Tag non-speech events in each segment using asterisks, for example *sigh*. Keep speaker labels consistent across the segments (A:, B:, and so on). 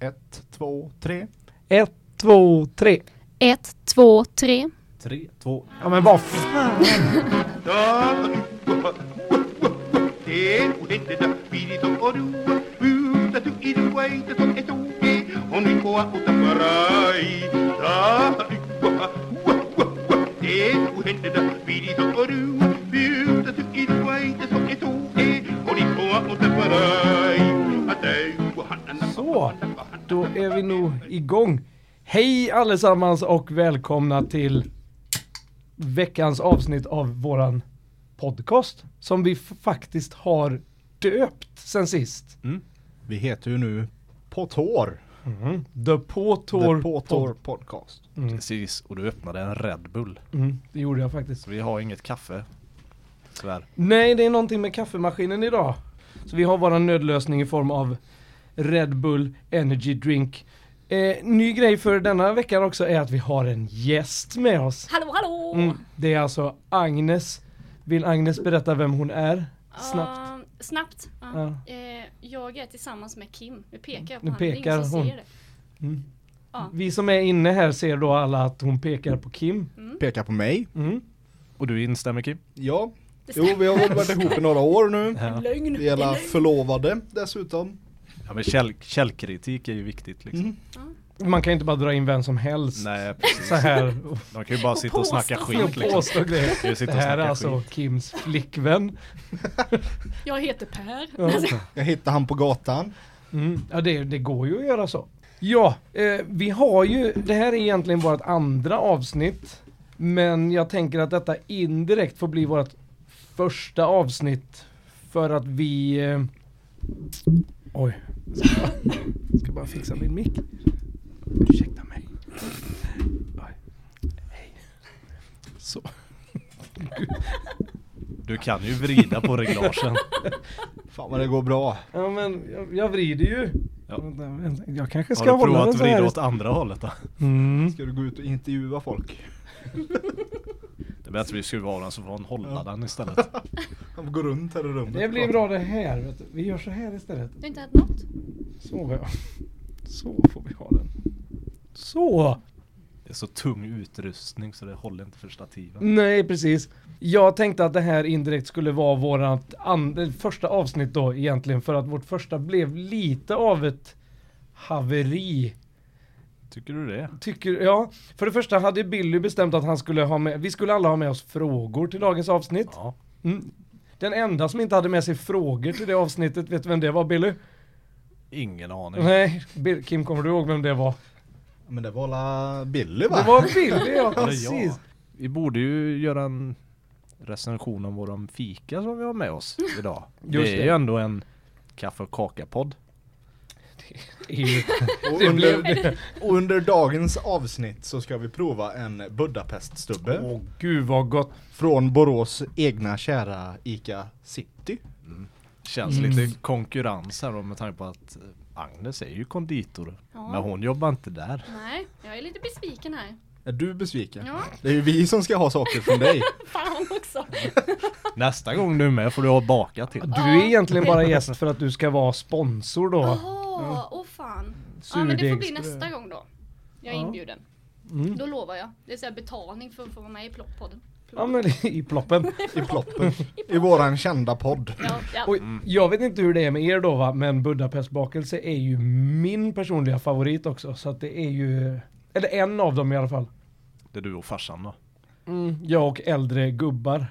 A: Ett, två, tre.
B: Ett, två, tre.
C: Ett, två, tre.
A: Tre, två. Ja men vad fan!
B: Så, då är vi nog igång. Hej allesammans och välkomna till veckans avsnitt av våran podcast som vi f- faktiskt har döpt sen sist.
D: Mm.
A: Vi heter ju nu På tår.
B: The Påtår
A: The På tår podcast.
D: Precis, och du öppnade en Red Bull.
B: Mm, det gjorde jag faktiskt.
D: Så vi har inget kaffe. Tyvärr.
B: Nej, det är någonting med kaffemaskinen idag. Så vi har våran nödlösning i form av Red Bull Energy Drink. Eh, ny grej för denna veckan också är att vi har en gäst med oss.
C: Hallå, hallå!
B: Mm, det är alltså Agnes. Vill Agnes berätta vem hon är? Snabbt.
C: Ah, snabbt. Ja. Eh, jag är tillsammans med Kim. Nu pekar jag på
B: Nu
C: honom. Det är
B: pekar
C: ingen som
B: hon.
C: ser det. Ja.
B: Vi som är inne här ser då alla att hon pekar på Kim.
A: Pekar på mig.
B: Mm.
D: Och du instämmer Kim?
A: Ja.
C: Det
A: Jo, vi har väl varit ihop i några år nu.
D: Ja.
C: Lögn!
A: Vi är alla
B: Mm.
A: förlovade dessutom.
D: Ja men käll, källkritik är ju viktigt liksom.
A: Mm.
B: Man kan ju inte bara dra in vem som helst.
D: Nej precis.
B: Så här
D: De kan ju bara sitta och snacka
C: Och
D: skit
B: och
D: liksom.
B: påstå grejer.
D: Kan ju sitta
B: alltså, Det
D: och
B: här är
D: snacka
B: alltså
D: skit.
B: Kims flickvän.
C: Jag heter Per. Alltså,
B: Ja.
A: Jag hittade han på gatan.
B: Mm. Ja, det, det går ju att göra så. Ja, eh, vi har ju, det här är egentligen vårt andra avsnitt. Men jag tänker att detta indirekt får bli vårt första avsnitt. För att vi... Eh, oj. *laughs* Ska bara fixa min mick. Ursäkta mig. Oj. Hej. Så.
D: Du kan ju vrida på reglagen.
A: *laughs* Fan vad det går bra.
B: Ja men jag, jag vrider ju.
D: Ja.
B: Vänta, vänta, Jag kanske
D: Har
B: ska
D: du
B: hålla
D: provat
B: den
D: att
B: så här.
D: vrida åt andra hållet då?
B: Mm.
A: Ska du gå ut och intervjua folk?
D: Det är bättre vi skruvar av den så får hon hålla den istället.
A: Han går runt här i rummet.
B: Det blir bra det här. Vet du. Vi gör så här istället.
C: Du har inte ätit något?
B: Så ja. Så får vi ha den. Så!
D: Det är så tung utrustning så det håller inte för stativen.
B: Nej precis. Jag tänkte att det här indirekt skulle vara vårat an- det första avsnitt då egentligen för att vårt första blev lite av ett haveri.
D: Tycker du det?
B: Tycker, ja. För det första hade Billy bestämt att han skulle ha med, vi skulle alla ha med oss frågor till dagens avsnitt.
D: Ja.
B: Mm. Den enda som inte hade med sig frågor till det avsnittet, vet du vem det var Billy?
D: Ingen aning.
B: Nej, Bill, Kim kommer du ihåg vem det var?
A: Men det var alla Billy va?
B: Det var Billy ja,
D: Eller ja.
B: precis.
D: Vi borde ju göra en recension om våran fika som vi har med oss idag.
B: *laughs* Just
D: det är
B: det.
D: ju ändå en kaffe och kaka-podd.
B: EU.
A: Och
B: Det
A: under,
B: blev det.
A: *laughs* och under dagens avsnitt så ska vi prova en Budapeststubbe.
B: Åh gud vad gott.
A: Från Borås egna kära Ica City.
D: Känns
B: Mm.
D: lite konkurrens här då med tanke på att eh, Agnes är ju konditor.
C: Ja.
D: Men hon jobbar inte där.
C: Nej, jag är lite besviken här. *laughs*
A: Är du besviken?
C: Ja.
A: Det är ju vi som ska ha saker från dig.
C: Fan också!
D: Nästa gång du är med får du ha bakat till.
B: Du är egentligen bara gäst för att du ska vara sponsor då. Mm.
C: Jaha, åh fan. Ja men det får bli
B: Surdegsbröd.
C: nästa gång då. Jag är
B: Ja.
C: inbjuden.
B: Mm.
C: Då lovar jag. Det är så här betalning för att få vara med i Ploppodden.
B: Ja men i ploppen.
A: I ploppen. I våran kända podd.
C: Ja, ja.
B: Och jag vet inte hur det är med er då va, men Budapestbakelse är ju min personliga favorit också. Så att det är ju, eller en av dem i alla fall.
D: Det är du och farsan då.
A: Mm.
B: Jag och äldre gubbar.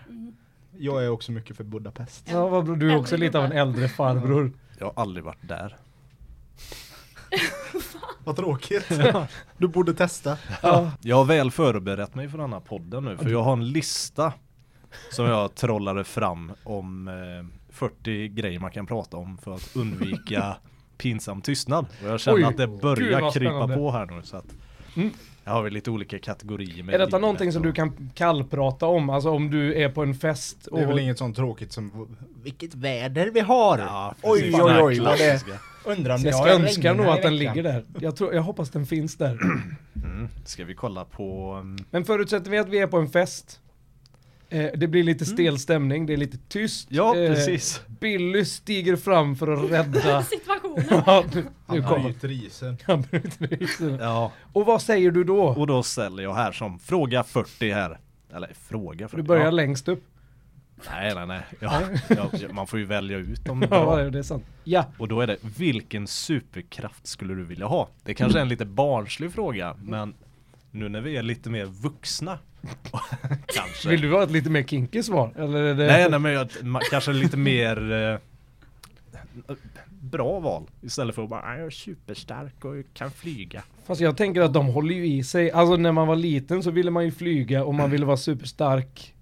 A: Jag är också mycket för Budapest.
B: Ja, vad bra, du är också
C: Äldre
B: lite av en
C: gubbar.
B: äldre farbror.
D: Jag har aldrig varit där.
A: Vad tråkigt. *laughs* Du borde testa.
D: Jag har väl förberett mig för den här podden nu för jag har en lista som jag trollade fram om eh, 40 grejer man kan prata om för att undvika pinsam tystnad. Och jag känner
B: Oj,
D: att det
B: gud
D: börjar
B: vad
D: krypa
B: spännande.
D: på här nu så att
B: Mm.
D: jag har väl lite olika kategorier med
B: Är detta
D: livet
B: någonting som
D: och-
B: du kan kallprata om? Alltså om du är på en fest och...
A: Det är väl inget sånt tråkigt som vilket väder vi har.
D: Ja,
A: oj
D: precis.
A: oj
D: Den här
A: oj vad det
D: klassiska.
A: Undrar om det ska
B: Jag önskar
A: regna
B: nog
A: i
B: att den
A: veckan.
B: ligger där. Jag, tror, jag hoppas den finns där.
D: Mm. Ska vi kolla på um,
B: Men förutsätter vi att vi är på en fest eh, Det blir lite stel stämning, det är lite tyst
D: Mm. Ja,
B: eh,
D: precis.
B: Billy stiger fram för att
C: *laughs*
B: rädda
C: Situationen.
B: *laughs* Ja, nu, nu
A: Han
B: kommer
A: bryter isen.
B: han bryter isen.
D: Ja,
B: Och vad säger du då?
D: och då ställer jag här som fråga 40 här. Eller fråga 40.
B: Du börjar
D: ja.
B: längst upp.
D: Nej, nej, nej.
B: *laughs*
D: Ja, ja, man får ju välja ut om det är
B: Ja,
D: bra.
B: det är sant. Ja,
D: Och då är det, vilken superkraft skulle du vilja ha? Det kanske är en lite barnslig fråga, men nu när vi är lite mer vuxna, *laughs* kanske.
B: vill du ha ett lite mer kinky svar? Eller är det...
D: Nej, nej, men jag, ma- kanske lite mer eh, bra val istället för att bara, "Nej, jag är superstark och kan flyga.
B: Fast jag tänker att de håller ju i sig. Alltså när man var liten så ville man ju flyga och man ville vara superstark.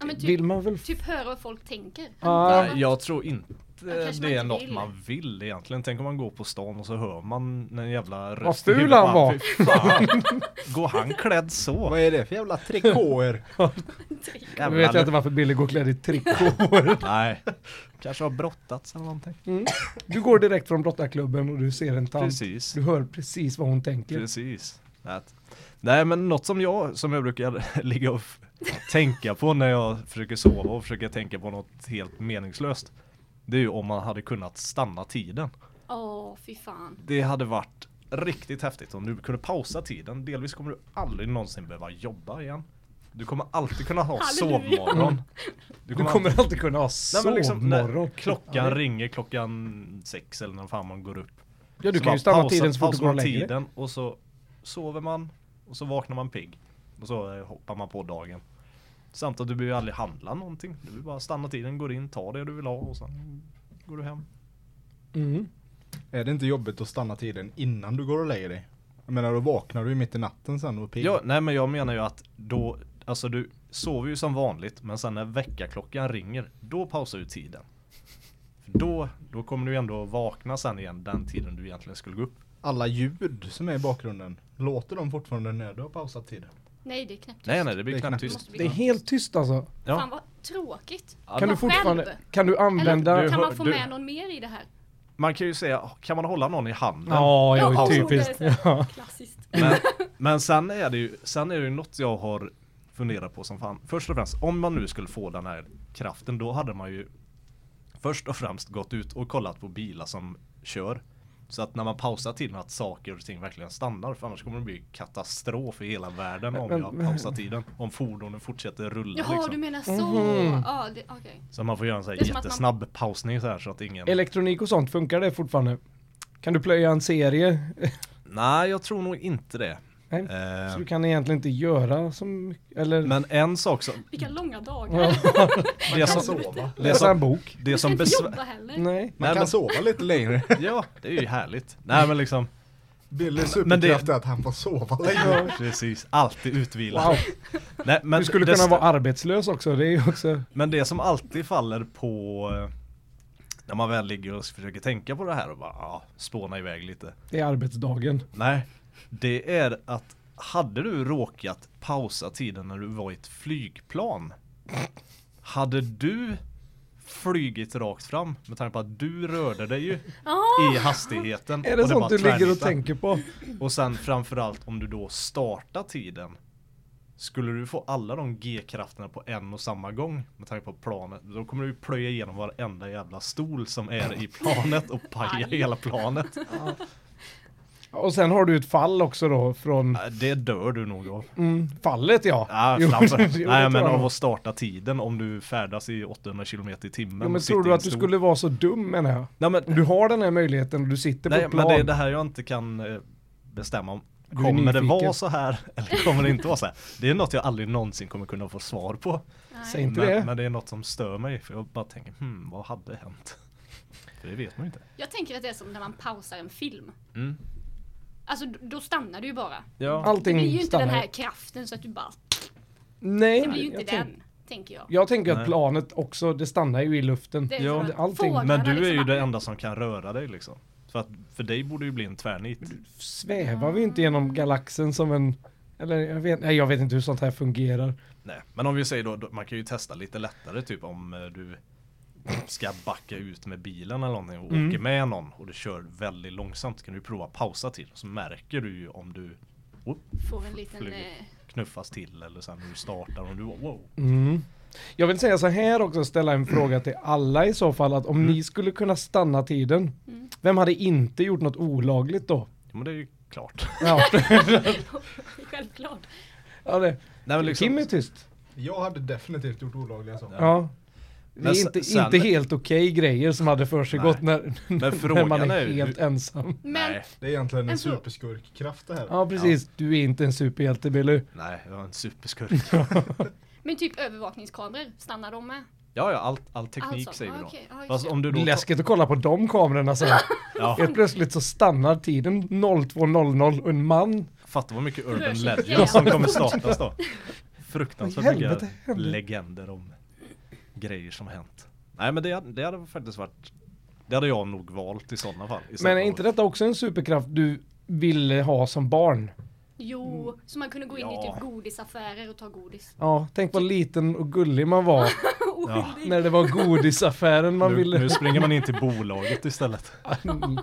C: Ja, men typ,
B: Vill man väl... f-
C: typ höra vad folk tänker.
B: Ah.
D: Nej, jag tror inte
C: kanske man
D: det är
C: inte
D: något
C: vill.
D: man vill egentligen. Tänk om man går på stan och så hör man en jävla röst
B: ful
D: i huvudet.
B: han var.
D: "Fy fan, Går han
B: *laughs*
D: klädd så?
A: Vad är det för jävla trikåer?
B: Nu vet jag inte varför Billy går klädd i trikåer.
D: Nej, kanske har brottats eller någonting.
B: Mm. Du går direkt från blottarklubben och du ser en tant.
D: Precis.
B: Du hör precis vad hon tänker.
D: Precis. Att- Nej men något som jag, som jag brukar *laughs* ligga och f- tänka på när jag försöker sova och försöker tänka på något helt meningslöst. Det är ju om man hade kunnat stanna tiden.
C: Åh, fy fan.
D: Det hade varit riktigt häftigt om du kunde pausa tiden. Delvis kommer du aldrig någonsin behöva jobba igen. Du kommer alltid kunna ha
C: Halleluja.
D: sovmorgon.
B: Du kommer, alltid kunna ha
D: Nej, men liksom,
B: sovmorgon.
D: när klockan ringer klockan sex eller när fan man går upp.
B: Ja, du
D: Så
B: kan
D: bara
B: ju stanna
D: pausa-
B: tiden så fort det
D: pausar
B: går
D: man
B: längre.
D: tiden och så sover man och så vaknar man pigg. Och så eh, hoppar man på dagen. Samt att du behöver ju aldrig handla någonting. Du vill bara stanna tiden, går in, tar det du vill ha och sen går du hem.
B: Mm.
A: Är det inte jobbigt att stanna tiden innan du går och lägger dig? Jag menar då vaknar du ju mitt i natten sen och är pigg.
B: Mm.
D: Ja, nej men jag menar ju att då, alltså du sover ju som vanligt men sen när väckarklockan ringer, då pausar du tiden. För Då, då kommer du ju ändå vakna sen igen den tiden du egentligen skulle gå upp.
A: Alla ljud som är i bakgrunden, låter de fortfarande när du har pausat tiden?
C: Nej, det är knäpptyst.
D: Nej nej, det blir
A: Det är
D: knappt
A: knappt.
D: tyst.
C: Det
B: Det är helt tyst alltså.
C: Fan
D: Ja.
C: vad tråkigt.
B: Kan du
C: Vad själv?
B: fortfarande... Kan du
C: Eller
B: använda...
D: Du-
C: kan man få
D: du-
C: med någon mer i det här?
D: Man kan ju säga, kan man hålla någon i handen?
B: Ja,
C: Ja,
B: ja,
C: och så
B: typiskt.
C: är det så här
B: Ja.
C: Klassiskt.
D: Men, men sen är det ju, sen är det ju något jag har funderat på som fan. Först och främst, om man nu skulle få den här kraften, då hade man ju först och främst gått ut och kollat på bilar som kör. Så att när man pausar tiden att saker och ting verkligen stannar, för annars kommer det bli katastrof i hela världen om
B: Men-
D: jag pausar tiden. Om fordonen fortsätter rulla
C: Jaha, du
D: liksom.
C: menar så.
B: Mhm.
C: Ja, det, okej.
D: Så man får göra en sån
C: Det är
D: här
C: som att man-
D: jättesnabb pausning så här så att ingen...
B: Elektronik och sånt, funkar det fortfarande? Kan du plöja en serie? *laughs*
D: Nej, jag tror nog inte det.
B: Nej.
D: Eh,
B: Så du kan egentligen inte göra som... Eller...
D: men en sak som...
C: Vilka långa dagar.
B: Ja,
D: Det
A: Man kan
D: som,
A: sova.
D: det
B: läsa en
D: som,
B: bok?
D: det
C: Jag ska
D: som
C: inte
D: besvär...
C: jobba heller.
B: Nej.
A: Man
D: Nej,
A: kan
D: men-
A: sova lite
D: *laughs*
A: längre.
D: Ja, det är ju härligt. Nej men liksom,
A: Billys
D: Men det-
A: superkraft är att han får sova längre.
D: precis, alltid utvilad.
B: Wow.
D: Nej, men,
B: Du skulle
D: det,
B: kunna vara arbetslös också, det är ju också...
D: men det som alltid faller på eh, när man väl ligger och försöker tänka på det här och bara ja, spåna iväg lite.
B: Det är arbetsdagen.
D: Nej, det är att hade du råkat pausa tiden när du var i ett flygplan, hade du flygit rakt fram med tanke på att du rörde dig ju
C: Ja,
D: i hastigheten.
B: Ah! Är
D: och
B: det sånt
D: bara
B: du ligger och
D: tvärnitar.
B: tänker på?
D: Och sen framförallt om du då startar tiden Skulle du få alla de G-krafterna på en och samma gång Med tanke på planet Då kommer du ju plöja igenom varenda jävla stol som är i planet och paja
C: Aj.
D: hela planet
B: Och sen har du ett fall också då från...
D: Äh, Det dör du nog av
B: Mm, fallet ja.
D: Ja,
B: *laughs* Jo,
D: framför-
B: jo, det
D: Nej
B: tror
D: men
B: jag
D: av
B: nog.
D: att starta tiden om du färdas i 800 km i timmen
B: Jo,
D: och
B: men
D: sitter
B: tror
D: i
B: du
D: en
B: att du
D: stol.
B: skulle vara så dum menar jag?
D: Nej men,
B: Om du har den här möjligheten och du sitter
D: nej,
B: på plan.
D: men det är det här jag inte kan eh, bestämma om
B: är
D: Kommer det
B: nyfiken.
D: vara så här *laughs* eller kommer det inte vara så här? Det är något jag aldrig någonsin kommer kunna få svar på
B: Säg
C: nej.
B: inte
D: men,
B: det.
D: men det är något som stör mig för jag bara tänker hmm, vad hade hänt? *laughs* För det vet man ju inte.
C: Jag tänker att det är som när man pausar en film.
D: Mm.
C: Alltså, d- då stannar du ju bara.
D: Ja.
C: Det blir ju
B: Allting
C: inte den
B: stannar.
C: här kraften så att du bara...
B: Nej,
C: Det blir ju
B: jag
C: inte
B: tänk-
C: den, tänker jag.
B: Jag tänker att
D: Nej.
B: planet också, det stannar ju i luften.
C: Det är
D: Ja,
C: som att
B: allting.
C: fåglarna
D: Men du är ju
C: liksom
D: det
C: bara-
D: enda som kan röra dig liksom. För, att, för dig borde ju bli en tvärnit.
B: Svävar vi inte genom galaxen som en... Eller jag vet, nej, jag vet inte hur sånt här fungerar.
D: Nej. Men om vi säger då, då, man kan ju testa lite lättare typ om eh, du ska backa ut med bilen eller någonting och
B: Mm.
D: åker med någon och du kör väldigt långsamt kan du ju prova att pausa till så märker du ju om du whoop,
C: Får en liten...
D: Flyger.
C: Eh, *laughs*
D: knuffas till eller sen när du startar om du wow.
B: Mm. Jag vill
D: Mm.
B: säga så här också, ställa en fråga till alla i så fall, att om ni skulle kunna stanna tiden, Vem hade inte gjort något olagligt då?
D: *laughs* Ja, men det är ju klart. *laughs*
B: Ja,
C: Självklart.
B: ja det.
D: Nej, men liksom-
B: Kim är tyst.
A: Jag hade definitivt gjort olagliga saker.
B: Ja. Det
D: Men
B: är
D: sen-
B: inte,
D: sen-
B: inte helt okej grejer som hade för sig
D: Nej.
B: gått *laughs* när, när
D: frågan
B: man
D: är
B: är
D: ju-
B: helt
D: *laughs*
B: ensam.
C: Men
D: Nej,
A: Det är egentligen en
D: Alltså-
C: En fråga.
A: superskurkkraft det här.
B: Ja, precis. Du är inte en superhjälte, Billy.
D: nej, jag är en superskurk.
C: Men typ övervakningskameror, stannar de med?
D: Ja, ja, all, all teknik
C: Alltså,
D: säger vi
C: ah,
D: då.
C: okej, ja, just
D: Fast
C: det.
D: om du då...
B: Läskigt att kolla på de kamerorna sen.
D: *laughs* Ja,
B: Helt plötsligt så stannar tiden 02.00 och en man.
D: fatta vad mycket
C: Rör
D: Urban
C: sig
D: Legends
C: jävligt
D: som kommer
C: *laughs*
D: startas då. Fruktansvärt
B: Åh,
D: mycket
B: helvete, helvete.
D: legender om grejer som hänt. Nej, men det, hade- det hade faktiskt varit... Det hade jag nog valt i sådana fall.
B: Men är inte detta också en superkraft du ville ha som barn?
C: Jo, så man kunde gå in i
D: Mm. Ja.
C: typ godisaffärer och ta godis. *laughs*
B: Ja, tänk vad liten och gullig man var
C: Oskyldig.
B: när det var godisaffären man
D: nu,
B: ville...
D: nu springer man in till bolaget istället.
B: *laughs* Mm.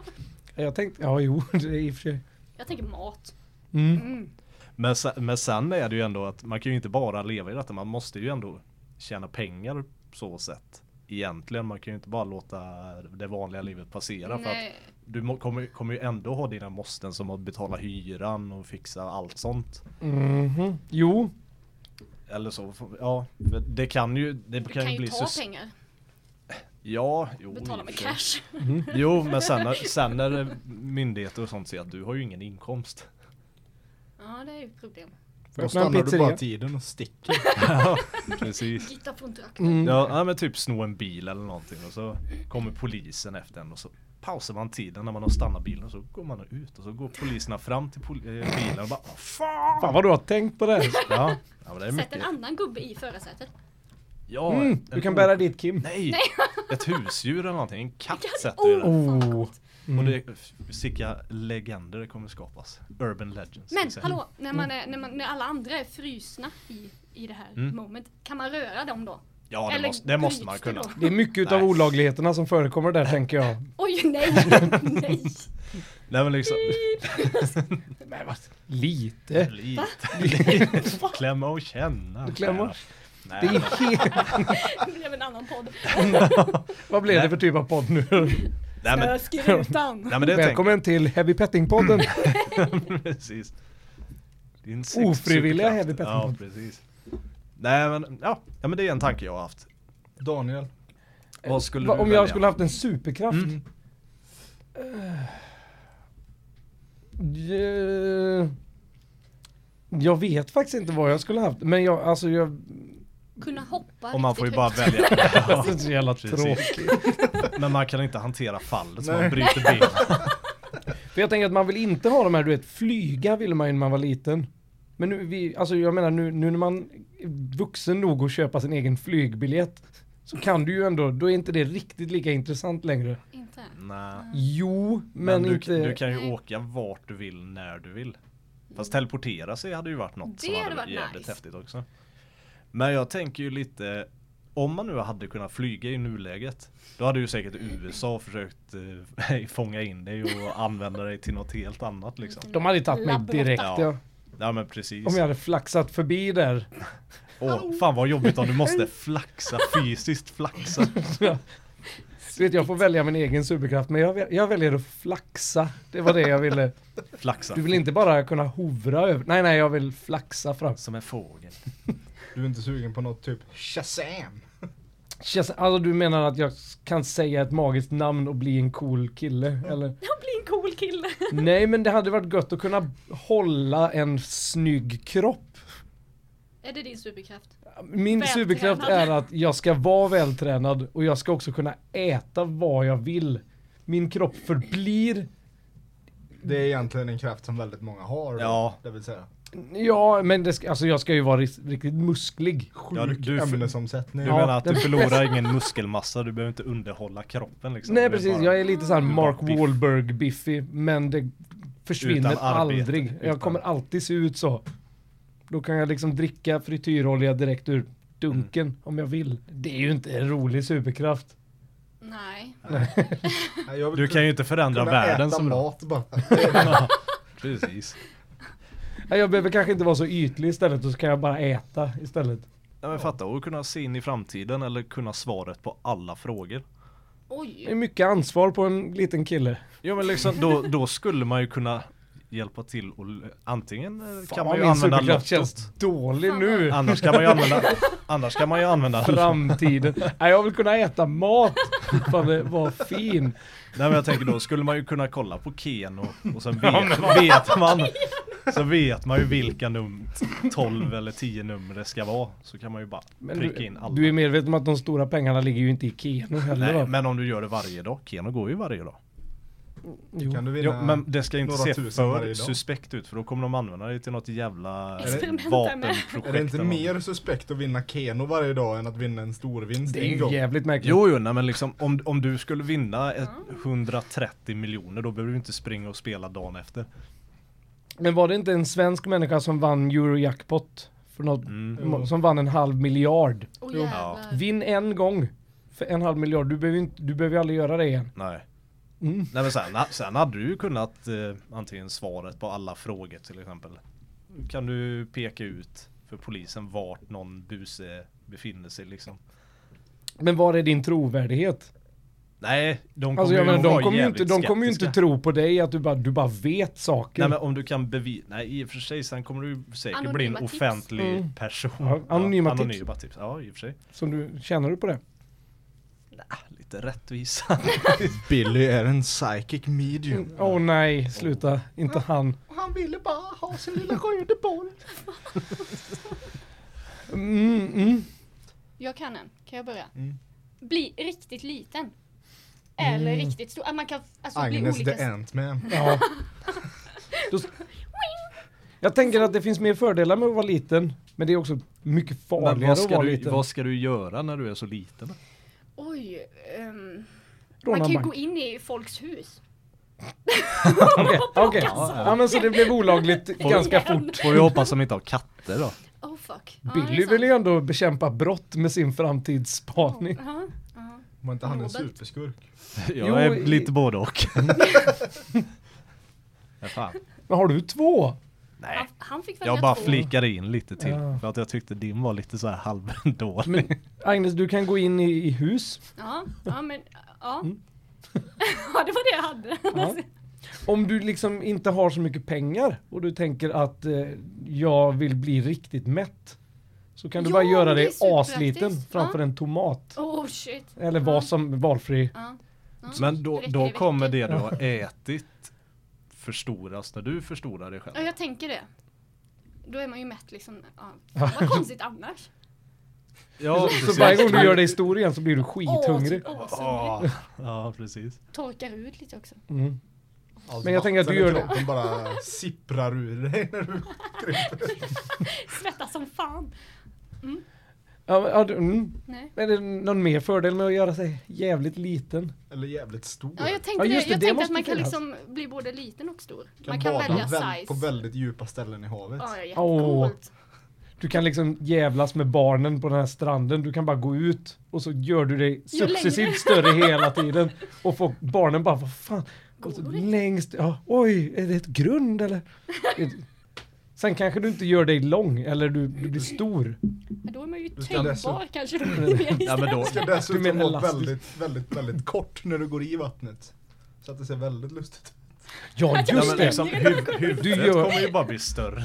B: Jag tänkte, ja jo, *laughs* det är i och för sig.
C: Jag tänker mat.
B: Mm.
C: Mm.
D: Men, se- men sen är det ju ändå att man kan ju inte bara leva i detta. Man måste ju ändå tjäna pengar på så sätt. Egentligen, man kan ju inte bara låta det vanliga livet passera. För att
C: Nej,
D: du må, kommer, kommer ju ändå ha dina måsten som att betala hyran och fixa allt sånt.
B: Mhm. Jo,
D: Eller så, får- ja. för Det kan ju, det
C: du
D: kan
C: kan
D: ju bli
C: ju ta
D: sys-
C: pengar,
D: Ja, jo.
C: betala med
D: i och för sig.
C: cash. *laughs*
D: Jo, men sen när, sen när eh, myndigheter och sånt säger att du har ju
B: *laughs*
D: ingen inkomst.
C: Ja, det är ju ett problem.
A: Då
B: Men
A: stannar du
B: pizzeria?
A: bara tiden och sticker.
D: Ja, precis.
C: Gitta från trakten.
B: mm.
D: Ja, ja men typ sno en bil eller någonting och så kommer polisen efter en och så pausar man tiden när man har stannat bilen och så går man ut och så går poliserna fram till pol- eh, bilen och bara "Åh, Fan!
B: fan vad du har tänkt på det. här.
D: Ja, ja men det
C: Sätt
D: är
C: en
D: mycket.
C: annan gubbe i förarsätet.
D: Ja,
B: Mm.
D: en
B: Du kan
D: o-
B: bära dit Kim.
D: Nej!
C: *laughs*
D: Ett husdjur eller någonting, en katt sätter du där.
C: Oh, fan vad
B: Oh.
C: coolt.
D: Och det är sicka legender det kommer skapas. Urban legends.
C: Men
D: liksom.
C: hallå, när, man
B: Mm.
C: är, när, man, när alla andra är frysna i, i det här
D: Mm.
C: moment, kan man röra dem då?
D: Ja, det
C: eller
D: måste, det
C: bryts
D: måste man
C: det
D: kunna.
C: då?
B: Det är mycket av
D: Nej.
B: olagligheterna som förekommer där tänker jag.
C: Oj,
B: *laughs*
C: nej! nej!
D: Nej men liksom,
C: Mm.
B: Lite.
D: *laughs* lite, klämma och känna.
B: Klämma.
D: Nej,
B: Det är
D: men-
B: helt...
C: Det blev en annan podd.
B: *laughs* Vad blev det för typ av podd nu?
D: nej, men,
C: Snöskutan!
D: nej men det tänker
B: Välkommen till Heavy Petting-podden.
D: precis. Din
B: Ofrivilliga
D: superkraft.
B: Heavy
D: Ja,
B: Petting-podd.
D: precis. Nej men, ja, ja, men det är en tanke jag har haft.
A: Daniel,
D: Vad skulle
B: Eh, Va,
D: du
B: om
D: välja?
B: jag skulle haft en superkraft?
D: Mm.
B: Eh, Jag vet faktiskt inte vad jag skulle haft, men jag, alltså
D: *laughs*
B: jag...
C: Kunna hoppa
D: Och man
C: riktigt
D: får ju bara
C: högt.
D: välja.
C: *laughs*
B: Det är så jävla
D: Precis.
B: tråkigt.
D: Men man kan inte hantera fallet så
A: Nej.
D: man bryter benet.
B: För jag tänker att man vill inte ha de här, du vet, flyga ville man ju när man var liten. Men nu, vi, alltså jag menar nu, nu när man är vuxen nog att köpa sin egen flygbiljett så kan du ju ändå, då är inte det riktigt lika intressant längre.
C: Inte.
D: Nej.
B: Jo, men,
D: Mm. Men, du,
B: inte...
D: du kan ju
C: Nej.
D: åka vart du vill när du vill. Fast
B: Mm.
D: teleportera sig hade ju varit något som
C: Det
D: hade
C: hade
D: varit
C: varit
D: jävligt
C: nice.
D: häftigt också. Men jag tänker ju lite om man nu hade kunnat flyga i nuläget Då hade ju säkert USA försökt eh, *laughs* fånga in dig och använda dig till något helt annat liksom.
B: De hade ju tagit mig
C: Labbrottar.
B: direkt ja.
D: Ja. Ja men precis.
B: Om jag hade flaxat förbi där.
D: Åh, fan vad jobbigt om
B: *laughs*
D: du måste flaxa, fysiskt flaxa.
B: Du *laughs* vet jag får välja min egen superkraft men jag, väl, jag väljer att flaxa. Det var det jag ville.
D: Flaxa.
B: Du vill inte bara kunna hovra över. Nej nej jag vill flaxa fram.
D: Som en fågel.
A: du är inte sugen på något typ Shazam?
B: Känns, alltså du menar att jag kan säga ett magiskt namn och bli en cool kille? Eller?
C: Jag blir en cool
B: *laughs*
C: kille.
B: Nej men det hade varit gött att kunna hålla en snygg kropp.
C: Är det din superkraft?
B: Min
C: Vältränad.
B: superkraft är att jag ska vara vältränad och jag ska också kunna äta vad jag vill. Min kropp förblir
A: Det är egentligen en kraft som väldigt många har.
D: Ja.
A: Det vill säga.
B: Ja, men det ska, alltså jag ska ju vara ris- riktigt musklig.
A: Sjuk
D: Ja, du- du-
A: ämnesomsättning.
D: Du
B: Ja,
D: menar att du
B: den-
D: förlorar ingen muskelmassa, du behöver inte underhålla kroppen liksom.
B: Nej
D: Du är
B: precis,
D: bara-
B: jag är lite såhär Mark
D: biff.
B: Wahlberg-biffig, men det försvinner
D: Utan arbete,
B: aldrig.
D: utan-
B: Jag kommer alltid se ut så. Då kan jag liksom dricka frityrolja direkt ur dunken
D: Mm.
B: om jag vill. Det är ju inte en rolig superkraft.
C: Nej.
A: Nej, jag vill
D: Du kan ju inte förändra
A: kunna
D: världen
A: äta
D: som
A: mat bara.
D: Ja, Precis.
B: Nej, Jag behöver kanske inte vara så ytlig istället, så kan jag bara äta istället.
D: Ja, men fatta att kunna se in i framtiden eller kunna svaret på alla frågor.
B: Det är
C: Oj.
B: mycket ansvar på en liten kille.
D: Ja men liksom då, då skulle man ju kunna hjälpa till och l- antingen eh, kan
B: Fan,
D: man ju
B: min
D: använda
B: superkraft
D: lottot.
B: känns dålig
C: Fan,
B: nu.
D: Annars kan man ju
B: *laughs*
D: använda, annars kan man ju använda
B: Framtiden. Nej, jag vill kunna äta mat. Fan, det var fin.
D: Nej men jag tänker då skulle man ju kunna kolla på Ken och,
B: *laughs*
D: och sen vet, vet man Så vet man ju vilka num 12 eller 10 nummer det ska vara Så kan man ju bara
B: Men
D: pricka
B: du,
D: in alla
B: du är medveten om att de stora pengarna ligger ju inte i Keno heller
D: Nej
B: va?
D: men om du gör det varje dag, Keno går ju varje dag
B: Jo.
A: Kan du vinna?
D: ja, Men det ska inte
A: några
D: se
A: tusen varje
D: för
A: dag.
D: suspekt ut för då kommer de använda det till något jävla
C: Experiment där med.
D: vapenprojekt
A: Är det inte
D: eller något.
A: mer suspekt att vinna Keno varje dag än att vinna en stor vinst
B: Det är
A: en
B: ju
A: gång?
B: jävligt märkligt.
D: Jo, jo, nej, men liksom om, om du skulle vinna ett 130 miljoner då behöver du inte springa och spela dagen efter.
B: Men var det inte en svensk människa som vann Eurojackpot? För något,
D: Mm.
B: Mm. Som vann en halv miljard.
C: Åh jävlar.
B: Vinn en gång för en halv miljard. Du behöver ju inte, du behöver ju aldrig göra det igen.
D: Nej.
B: Mm.
D: Nej men sen, sen hade du ju kunnat eh, antingen svaret på alla frågor till exempel. Kan du peka ut för polisen vart någon buse befinner sig liksom.
B: Men var är din trovärdighet?
D: Nej, de kommer
B: Alltså jag
D: ju
B: menar, de
D: vara
B: kommer ju
D: jävligt
B: inte, de kommer ju inte
D: skeptiska.
B: tro på dig att du bara, du bara vet saker.
D: Nej men om du kan bevisa, nej i och för sig sen kommer du ju säkert bli en
C: Anonyma tips.
D: offentlig
B: Mm.
D: person.
B: Ja, anonyma tips.
D: anonyma tips. Ja i och för sig.
B: Som du, känner du på det?
D: Ah, lite rättvisa.
A: *laughs* Billy är en psychic
C: Mm.
A: medium.
B: Åh oh, nej, sluta. Inte han.
A: Han ville bara ha sin lilla röda boll.
B: Mm, mm.
C: Jag kan en. Kan jag börja?
A: Mm.
C: Bli riktigt liten. Eller
B: Mm.
C: riktigt stor. Att man kan alltså, bli
A: Agnes
C: olika.
A: the Ant-Man.
B: Ja. Då, jag tänker att det finns mer fördelar med att vara liten. Men det är också mycket
D: Men
B: farligare
D: vad
B: att
D: ska,
B: vara
D: du,
B: liten.
D: vad ska du göra när du är så liten?
C: Oj. ehm, man
B: Råna
C: kan ju
B: bank.
C: gå in i folks hus.
B: Okej, okej.
D: Ja, ja.
B: Ja men så det
C: *laughs*
B: blev olagligt ganska fort.
D: Får vi hoppas som inte har katter då? *laughs*
C: Oh fuck. Ja, det
B: Billy
C: är
B: vill ju
C: sant.
B: ändå bekämpa brott med sin framtidsspaning.
C: Ja, ja.
A: Var inte han en
C: Robert.
A: superskurk?
D: Jag
B: Jo,
D: är
B: i-
D: lite
B: *laughs*
D: både och. Men fan.
B: Men har du två?
D: Nej,
C: Han- Han fick välja
D: jag bara
C: två.
D: flikade in lite till.
B: Ja.
D: För att jag tyckte din var lite så här halvdålig.
B: Agnes, du kan gå in i, i hus.
C: Ja, ja men ja. *laughs* ja, det var det jag hade.
B: Mm. Ja. Om du liksom inte har så mycket pengar och du tänker att eh, jag vill bli riktigt mätt. Så kan du
C: Ja,
B: bara göra
C: men det
B: dig
C: är
B: asliten
C: superpraktiskt.
B: framför
C: Ja.
B: en tomat.
C: *laughs* Oh shit.
B: Eller vad som valfri.
C: Ja. ja.
D: Men då,
C: Räcker
D: då
C: det,
D: kommer
C: räcker
D: det du har ätit förstoras när du förstorar dig själv.
C: Ja, jag tänker det. Då är man ju mätt liksom.
B: *laughs*
C: Ja. Vad konstigt annars.
D: Ja,
B: Så varje gång du gör dig stor igen så blir du skithungrig.
C: Åh, åh,
D: Ja,
C: så
D: ja, precis.
C: Torkar ut lite också.
B: Mm. Men jag tänker att du
A: Alltså, Vatten i
B: gör det.
A: kroppen bara sipprar ur dig när du
C: Svettas som fan.
B: Ja, men, ja, du- mm.
C: Nej.
B: Är det någon mer fördel med att göra sig jävligt liten?
A: Eller jävligt stor.
C: Ja, jag
B: Ja,
C: tänkte,
B: just
C: det, jag
B: det, det
C: tänkte att
B: måste
C: man kan
B: finnas.
C: liksom bli både liten och stor.
A: Du
C: Man kan
A: bada
C: välja
A: väl-
C: size.
A: på väldigt djupa ställen i havet.
C: Ja, ja,
B: Åh.
C: jättecoolt.
B: Du kan liksom jävlas med barnen på den här stranden. Du kan bara gå ut och så gör du dig
C: Ju längre.
B: successivt större
C: *laughs*
B: hela tiden. Och får barnen bara, vad fan.
C: Går
B: Och så
C: det?
B: längst, ja, oj, är det ett grund eller? Sen kanske du inte gör dig lång eller du, du blir stor.
C: *laughs* Men då är man ju
A: Du ska
C: tömbar
A: dessutom-
C: kanske. då blir det *laughs* mer
D: Ja, men då,
A: Du ska
B: Du
A: dessutom
B: menar
A: vara
B: elastisk.
A: väldigt, väldigt, väldigt kort när du går i vattnet. Så att det ser väldigt lustigt ut.
B: Ja,
D: ja,
B: just
D: men
B: det.
D: liksom, huv, huvudet
B: gör-
D: kommer ju bara bli större.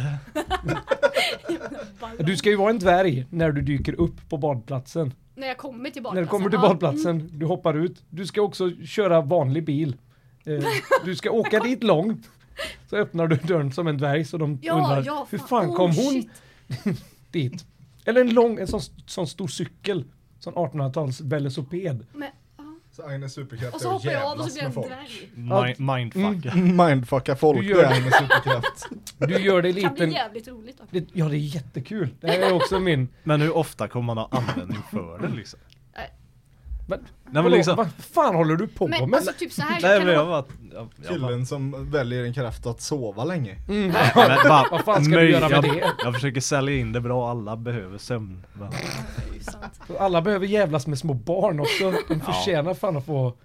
C: istället.
B: Du ska ju vara en dvärg när du dyker upp på badplatsen.
C: När jag kommer till
B: När
C: badplatsen.
B: du kommer till
C: Alltså, Ja, Mm.
B: badplatsen, du hoppar ut. Du ska också köra vanlig bil. Eh, Du
C: *laughs*
B: ska åka dit lång. Så öppnar du dörren som en dvärg så de
C: Ja,
B: undrar
C: ja,
B: hur
C: fan.
B: fan
C: Oh,
B: kom hon
C: shit.
B: dit? Eller en lång, en sån, sån stor cykel. Sån 1800-tals velociped.
C: mm. Men, ja.
A: Så Agnes
C: Och
A: superkraft
C: så
A: är att
C: hoppar jag av och
A: jävlas
C: så blir jag
A: med
C: en
A: folk.
C: dvärg.
D: Mi- Mindfucka.
A: *laughs* Mindfucka folk,
B: Du
A: det
B: gör
A: är Agnes
B: *laughs*
A: superkraft.
B: Du gör dig
C: Det *laughs* kan bli
B: liten.
C: jävligt roligt också.
B: Det, ja, det är jättekul. Det här är
C: *laughs*
B: också min.
D: Men hur ofta kommer man ha användning för det liksom?
B: Men,
D: Nej men
B: vadå,
D: liksom,
B: vad fan håller du på
C: Men
B: med?
C: alltså typ så här,
D: nej
C: jag
D: men
C: kan
D: jag
C: ha...
D: var... Jag, jag, bara-
A: Killen som väljer en kraft att sova länge.
B: Mm.
D: men bara-
B: Vad fan ska du
D: möj-
B: göra med
D: jag,
B: det?
D: Jag försöker sälja in det bra, alla behöver sömn. Men,
C: Ja, det är ju sant.
B: Alla behöver jävlas med små barn också. De förtjänar fan att få...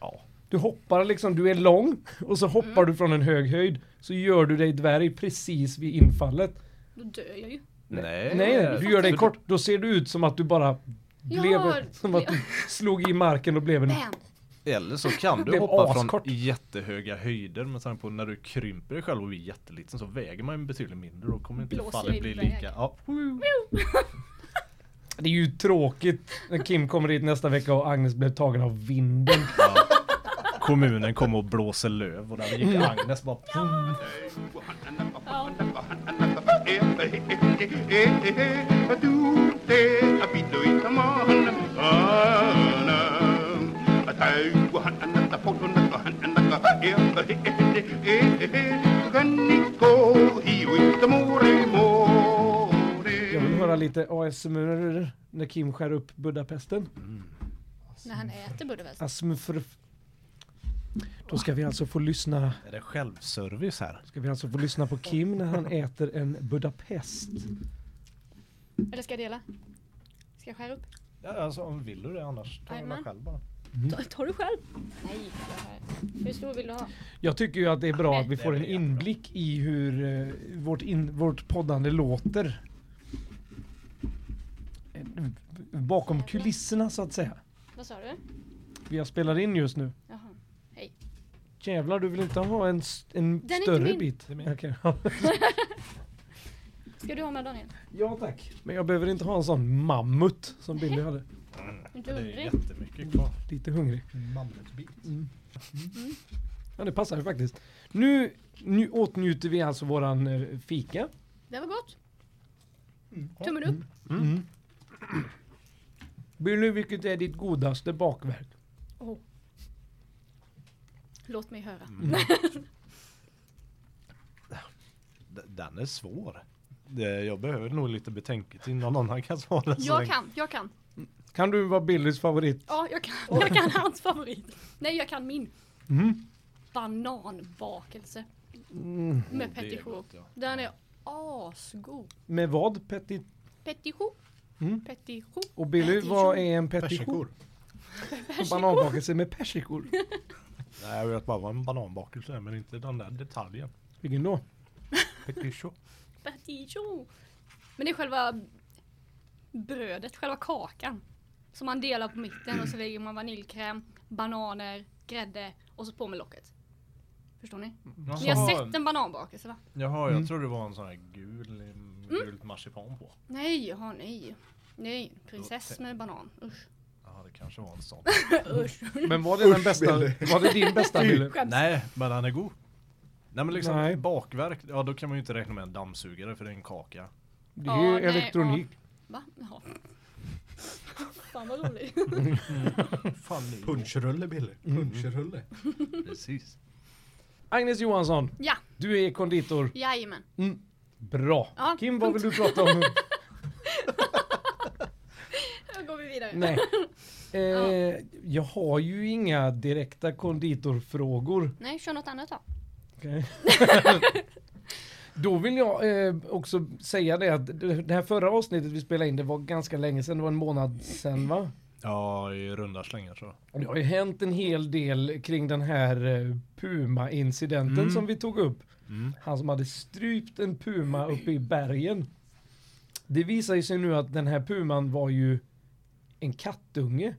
D: ja.
B: Du hoppar liksom, du är lång och så hoppar du från en hög höjd. Så gör du dig dvärg precis vid infallet.
C: Då dör jag ju.
D: Nej.
B: Nej, du gör dig kort. Då ser du ut som att du bara blev...
C: Ja,
B: som att du slog i marken och blev en
C: Bam!
D: Eller så kan
B: Det
D: du
B: är
D: hoppa från
B: askort.
D: jättehöga höjder med tanke på när du krymper dig själv och blir jätteliten så väger man ju betydligt mindre och då kommer inte
C: Blåser
D: fallet
C: ju
D: bli
C: iväg.
D: lika. Ja.
B: Det är ju tråkigt när Kim kommer hit nästa vecka och Agnes blev tagen av vinden.
D: Kommunen kom och blåser löv och där gick Agnes bara pum.
C: Ja.
B: Jag vill höra lite ASMR när Kim skär upp Budapesten.
C: När han äter Budapest.
B: Asmfr... Då ska vi alltså få lyssna
D: Är det självservice här?
B: Ska vi alltså få lyssna på Kim när han äter en Budapest?
C: Eller ska jag dela? Ska jag skära upp?
D: Ja, alltså, om vill du det annars tar jag
C: Jajamän.
D: själv bara.
C: Ta, tar du själv? Nej, jag skär. Hur stor vill du ha?
B: Jag tycker ju att det är bra att vi
D: Det
B: får
D: är
B: en
D: väl jättebra.
B: inblick i hur eh, vårt, in, vårt poddande låter. Eh, Bakom kulisserna så att säga.
C: Vad sa du?
B: Vi har spelat in just nu.
C: Jaha.
B: Jävlar, du vill inte ha en, s- en
C: Den är inte
B: större
C: min.
B: bit?
D: Det är min.
B: Okej. *laughs*
C: Ska du ha med Daniel?
B: ja tack. Men jag behöver inte ha en sån mammut som Billy hade.
C: Är du
D: Det
C: inte
D: är ju
C: hungrig?
D: jättemycket kvar.
B: Lite hungrig.
A: Mammutbit.
B: Ja det passar ju faktiskt. Nu, nu åtnjuter vi alltså våran eh, fika.
C: Det var gott.
B: Mm.
C: Tummen upp.
B: Billy, vilket är ditt godaste bakverk?
C: Låt mig höra.
D: Mm. D- Den är svår. Det- Jag behöver nog lite betänketid innan någon annan kan svara. så
C: Jag
D: länge.
C: kan, jag kan.
B: Kan du vara Billys favorit?
C: Ja, jag kan. Jag kan hans favorit. Nej, jag kan min.
B: Mm.
C: Bananbakelse. Med
D: Det är
C: petit choux.
D: gott, ja.
C: Den är asgod.
B: Med vad? Petit?
C: Petit choux.
B: Mm.
C: Petit choux.
B: Och Billy,
C: Petit
B: vad
C: choux.
B: är en petit
A: Persikor.
B: choux? Bananbakelse med persikor.
D: Nej, jag vet bara vad en bananbakelse är men inte den där detaljen.
B: Vilken då?
D: Petit choux.
C: Petit choux. Men det är själva brödet, själva kakan. Som man delar på mitten
B: Mm.
C: och så lägger man vaniljkräm, bananer, grädde och så på med locket. Förstår ni? Ni har sett en bananbakelse va?
D: Jaha, jag
B: Mm.
D: tror det var en sån här gul, eh, gult marsipan på.
C: Nej, ja nej. Nej, prinsess med banan. Usch.
D: Ja, det kanske var en sån.
C: Usch.
B: Men var det
A: Usch,
B: den bästa?
A: Billy.
B: Var det din bästa Billy?
C: Skäms.
D: Nej, men han är god. Nej men liksom
B: Nej.
D: bakverk, ja då kan man ju inte räkna med en dammsugare för det är en kaka.
B: Det är ju
C: Ja, nej,
B: elektronik.
C: Va? Jaha. *laughs* Fan vad roligt.
D: Fan,
A: Punschrulle Billy. Punschrulle.
D: Precis.
B: Agnes Johansson,
C: Ja,
B: du är konditor.
C: jajamän.
B: Bra.
C: Ja,
B: Kim, vad vill du prata
C: *laughs*
B: om?
C: Då går vi vidare.
B: Nej. Eh, jag har ju inga direkta konditorfrågor.
C: Nej, kör något annat då.
B: Okej. Då vill jag eh, också säga det att det det här förra avsnittet vi spelade in, det var ganska länge sedan, det var en månad sedan va?
D: Ja, i runda slängar tror jag.
B: Och det har ju hänt en hel del kring den här eh, Puma-incidenten som vi tog upp. Han som hade strypt en Puma uppe i bergen. Det visar ju sig nu att den här Puman var ju en kattunge.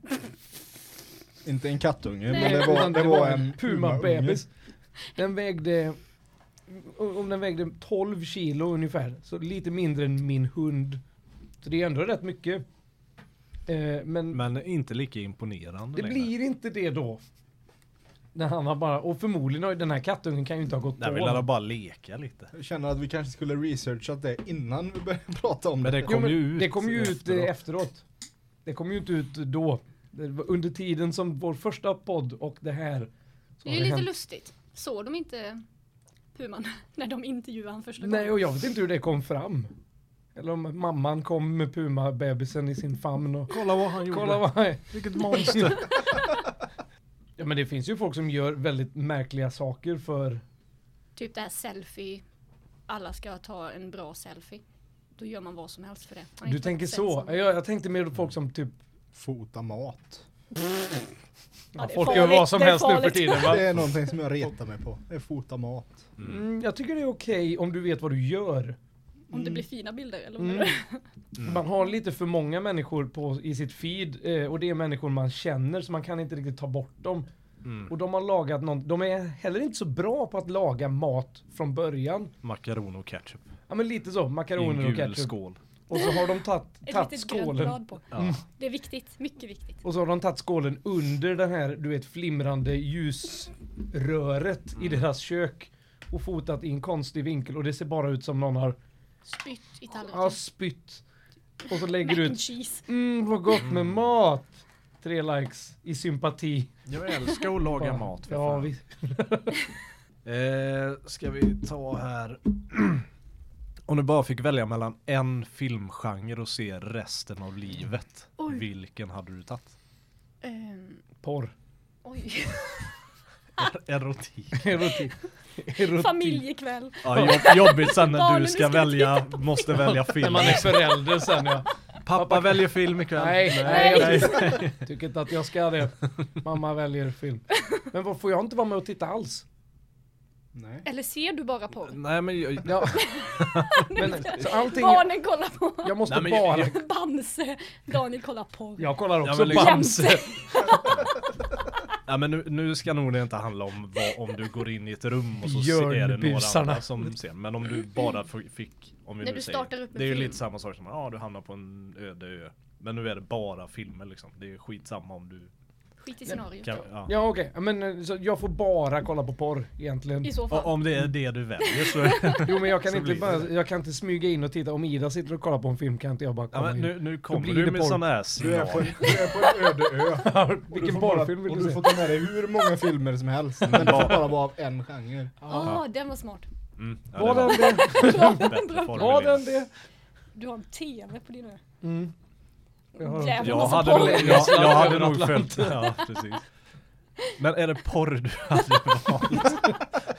A: Inte en kattunge,
C: Nej.
A: men det var,
B: Utan
A: det var en
B: Puma-bebis. Den vägde, om den vägde 12 kilo ungefär, så lite mindre än min hund. Så det är ändå rätt mycket. Eh, men
D: Men inte lika
B: det
D: imponerande längre.
B: blir inte det då. När han har bara, och förmodligen har ju den här kattungen kan ju inte ha gått
D: Där
B: på
D: vill han
B: honom.
D: bara leka lite.
A: Jag känner att vi kanske skulle researchat det innan vi började *laughs* prata om
D: Men det
A: det.
D: kom
B: Jo, men
D: ju ut.
B: Det kom ju ut eh,
D: efteråt.
B: efteråt. Det kom ju inte ut då. Det var under tiden som vår första podd och det här. så
C: Det
B: har
C: är ju lite
B: hänt.
C: lustigt. Såg de inte Puman *laughs* när de intervjuade han första
B: Nej,
C: gången?
B: och jag vet inte hur det kom fram. Eller om mamman kom med Puma-bebisen i sin famn och
D: Kolla vad han gjorde.
B: kolla vad han är.
D: Vilket *laughs* monster.
B: Ja men det finns ju folk som gör väldigt märkliga saker för...
C: Typ det här selfie. Alla ska ta en bra selfie. Då gör man vad som helst för det. Man är
B: Du
C: inte
B: tänker
C: sett
B: så?
C: som-
B: Jag, jag tänkte mer på folk som typ...
A: Fota mat.
C: Ja, det är
B: folk gör
C: farligt,
B: vad som
C: det är
B: helst nu för
C: farligt. *laughs*
B: tiden va?
A: Det är någonting som jag retar mig på. Det är fota mat.
B: Mm, jag tycker det är okej om du vet vad du gör.
C: Om det blir fina bilder eller vad menar du?
B: Man har lite för många människor på, i sitt feed eh, och det är människor man känner så man kan inte riktigt ta bort dem. Och de har lagat något, de är heller inte så bra på att laga mat från början.
D: Makaroner och ketchup.
B: Ja men lite så,
D: I en
B: makaroner
D: gul
B: och ketchup.
D: skål.
B: Och så har de tagit-
C: Ett
B: tagit
C: litet grönt blad
B: skålen.
C: på.
D: Ja.
C: Det är viktigt, mycket viktigt.
B: Och så har de tagit skålen under den här, du vet, flimrande ljusröret i deras kök. Och fotat i en konstig vinkel och det ser bara ut som någon har
C: Spytt i
B: ja,
C: tallriken.
B: spytt. Och så lägger
C: Mac
B: du ut
C: and cheese.
B: Mm, vad gott med mat! Tre likes i sympati.
D: Jag älskar att laga mat. för
B: Ja,
D: fan.
B: vi,
D: Eh, ska vi ta här. *clears throat* Om du bara fick välja mellan en filmgenre och se resten av livet.
C: Oj.
D: Vilken hade du tagit?
C: Ehm,
B: porr.
C: *laughs* oj.
B: *laughs*
D: Erotik.
B: Erotik. Erotik.
C: Familjekväll.
D: Ja, jobb, jobbigt sen när
C: Barnen
D: du ska
C: ska
D: välja, måste välja
B: När
D: film.
B: man är förälder sen ja.
D: Pappa väljer film ikväll.
B: Nej, nej,
C: Nej.
B: jag *laughs* tycker inte att jag ska det. Mamma väljer film. Men vad får jag inte vara med och titta alls?
A: Nej.
C: Eller ser du bara porr?
D: Nej men jag, *laughs*
B: Ja. Men, så allting,
C: Barnen kollar på *laughs*
B: jag måste
D: Nej, men jag-
B: bara...
C: Bamse. Daniel kollar porr.
B: Jag kollar
D: Ja,
B: också
D: men liksom-
C: *laughs*
B: Bamse.
D: Ja, men nu, nu ska nog det inte handla om vad, om du går in i ett rum och så ser det några
B: Björnbusarna.
D: andra som ser. Men om du bara f- fick, om vi
C: När
D: nu
C: du
D: säger,
C: startar upp en
D: det är ju
C: film.
D: lite samma sak som, ja du hamnar på en öde ö. Men nu är det bara filmer liksom. Det är skitsamma om du
C: Skit i scenario.
D: kan, ja.
B: Ja okej, men eh, så jag får bara kolla på porr egentligen.
C: I så
D: Och
C: fall.
D: om det är det du
B: *laughs*
D: väljer så
B: Jo men jag kan,
D: Så
B: inte,
D: blir
B: bara,
D: det.
B: jag kan inte smyga in och titta. Om Ida sitter och kollar på en film kan inte jag bara
D: ja,
B: komma
D: men
B: in.
D: nu, nu
B: blir
D: kommer
B: det
D: du med
B: porr.
D: sådana här
A: Du är, på en,
D: signaler.
A: du är på en öde ö. Och du
B: Vilken
A: får bara-
B: barfilm vill
A: och
B: du
A: du
B: se?
A: får ta med dig hur många filmer som helst. Men det får bara vara av en genre.
C: Ah, den var smart.
D: Mm, ja,
B: Var den det?
D: det var
B: *laughs*
D: bättre
B: Var
D: formulering.
B: den det?
C: Du har en TV på din ö.
B: Mm. Jag har-
C: Jävlar
D: Jag
C: massa
D: hade,
C: porr.
D: nog, jag, jag hade
B: Över
D: nog följt ja, precis. Men är det porr du hade valt?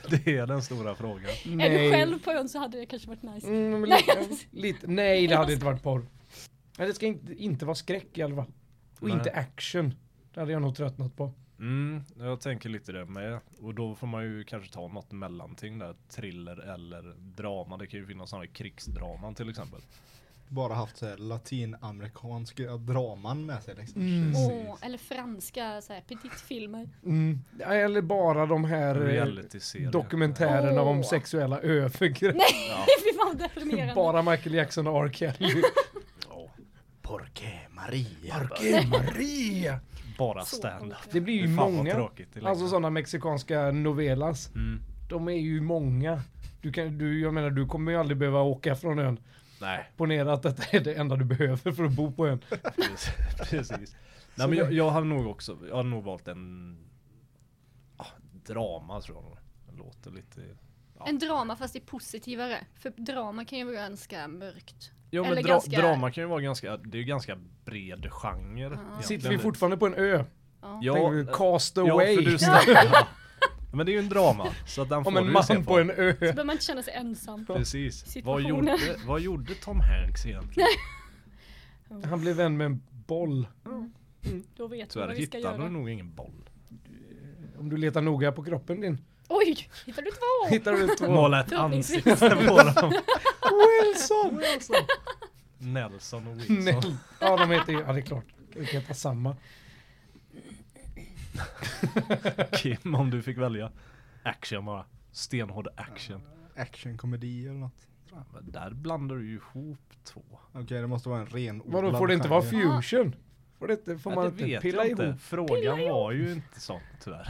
D: *laughs* Det är den stora frågan.
C: Är du själv på ön så hade det kanske varit nice.
B: Mm, men
C: Nej,
B: lite, lite. Nej, det hade inte varit porr. Nej, det ska inte, inte vara skräck i alla fall. Och
D: Nej.
B: inte action. Det hade jag nog tröttnat på.
D: Mm, jag tänker lite det med. Och då får man ju kanske ta något mellanting där. Thriller eller drama. Det kan ju finnas sådana krigsdraman till exempel.
A: Bara haft så här latinamerikanska draman med sig liksom.
C: Mm. Åh, eller franska så här, petitfilmer. *laughs*
B: Mm. Nej, Eller bara de här eh,
D: Reality-serier.
B: dokumentärerna om
C: Åh.
B: sexuella övergrepp.
D: Ja.
C: Fy fan
B: *laughs*
C: deprimerande.
B: Bara Michael Jackson och R. *laughs* Kelly.
D: Ja.
A: Porke Maria.
B: Gud, Maria!
D: Bara
C: Så
D: stand-up.
C: tråkigt.
B: Det blir ju
D: Fy fan vad
B: många.
D: tråkigt det är
B: Alltså
D: liksom.
B: sådana mexikanska novelas.
D: Mm.
B: De är ju många. Du kan, du, jag menar, du kommer ju aldrig behöva åka från ön.
D: Nej,
B: Ponera att detta är det enda du behöver för att bo på ön.
D: precis. *laughs* precis. Nej, men jag, jag hade nog också, jag hade nog valt en ah, drama tror jag nog. Det låter lite... Ja.
C: En drama fast det är positivare. För drama kan ju vara ganska mörkt.
D: Jo men
C: Eller
D: dra,
C: ganska-
D: drama kan ju vara ganska, det är ju ganska bred genre. egentligen.
B: Sitter vi fortfarande på en ö? Tänker
D: Ja, eh,
B: vi, cast
D: Ja,
B: away.
D: för du snackar.
B: *laughs*
D: Ja. Men det är ju en drama. Så att den
B: Om
D: får
B: en
D: du ju se
B: man på en ö.
C: Så behöver man inte känna sig ensam.
D: Precis. Vad
C: Situationen.
D: gjorde, vad gjorde Tom Hanks egentligen?
B: Han blev vän med en boll.
C: Då vet vi
D: Tyvärr
C: vad vi ska
D: hittade
C: göra.
D: han nog ingen boll.
B: Om du letar noga på kroppen din.
C: Oj, hittar du två?
B: Hittar du två.
D: Måla ett
C: Förhoppningsvis.
D: ansikte *laughs* på dem.
B: Wilson!
D: Nelson och Wilson.
B: Nell. Ja, de heter ju... Ja, det är klart. Vi kan heta samma.
D: Kim, om du fick välja. Action bara. Stenhård action.
A: Actionkomedi eller något.
D: Men där blandar du ju ihop två.
A: Okej det måste vara en renodlad
B: Vadå, får det inte vara
A: genre.
B: fusion? Får, det inte, får
D: Ja,
B: man
D: det
B: inte
D: vet
B: pilla
D: jag inte.
B: ihop?
D: Frågan var ju inte sån tyvärr.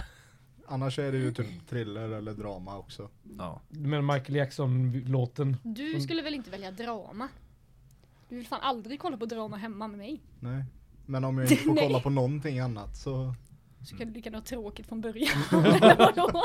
A: Annars är det ju
B: Mm.
A: typ thriller eller drama också.
D: Ja.
B: Med Michael Jackson-låten.
C: Du skulle väl inte välja drama? Du vill fan aldrig kolla på drama hemma med mig.
A: Nej. Men om
C: *laughs*
A: jag inte får
C: Nej.
A: kolla på någonting annat så
C: Så kan du lika gärna ha tråkigt från början. Eller vadå?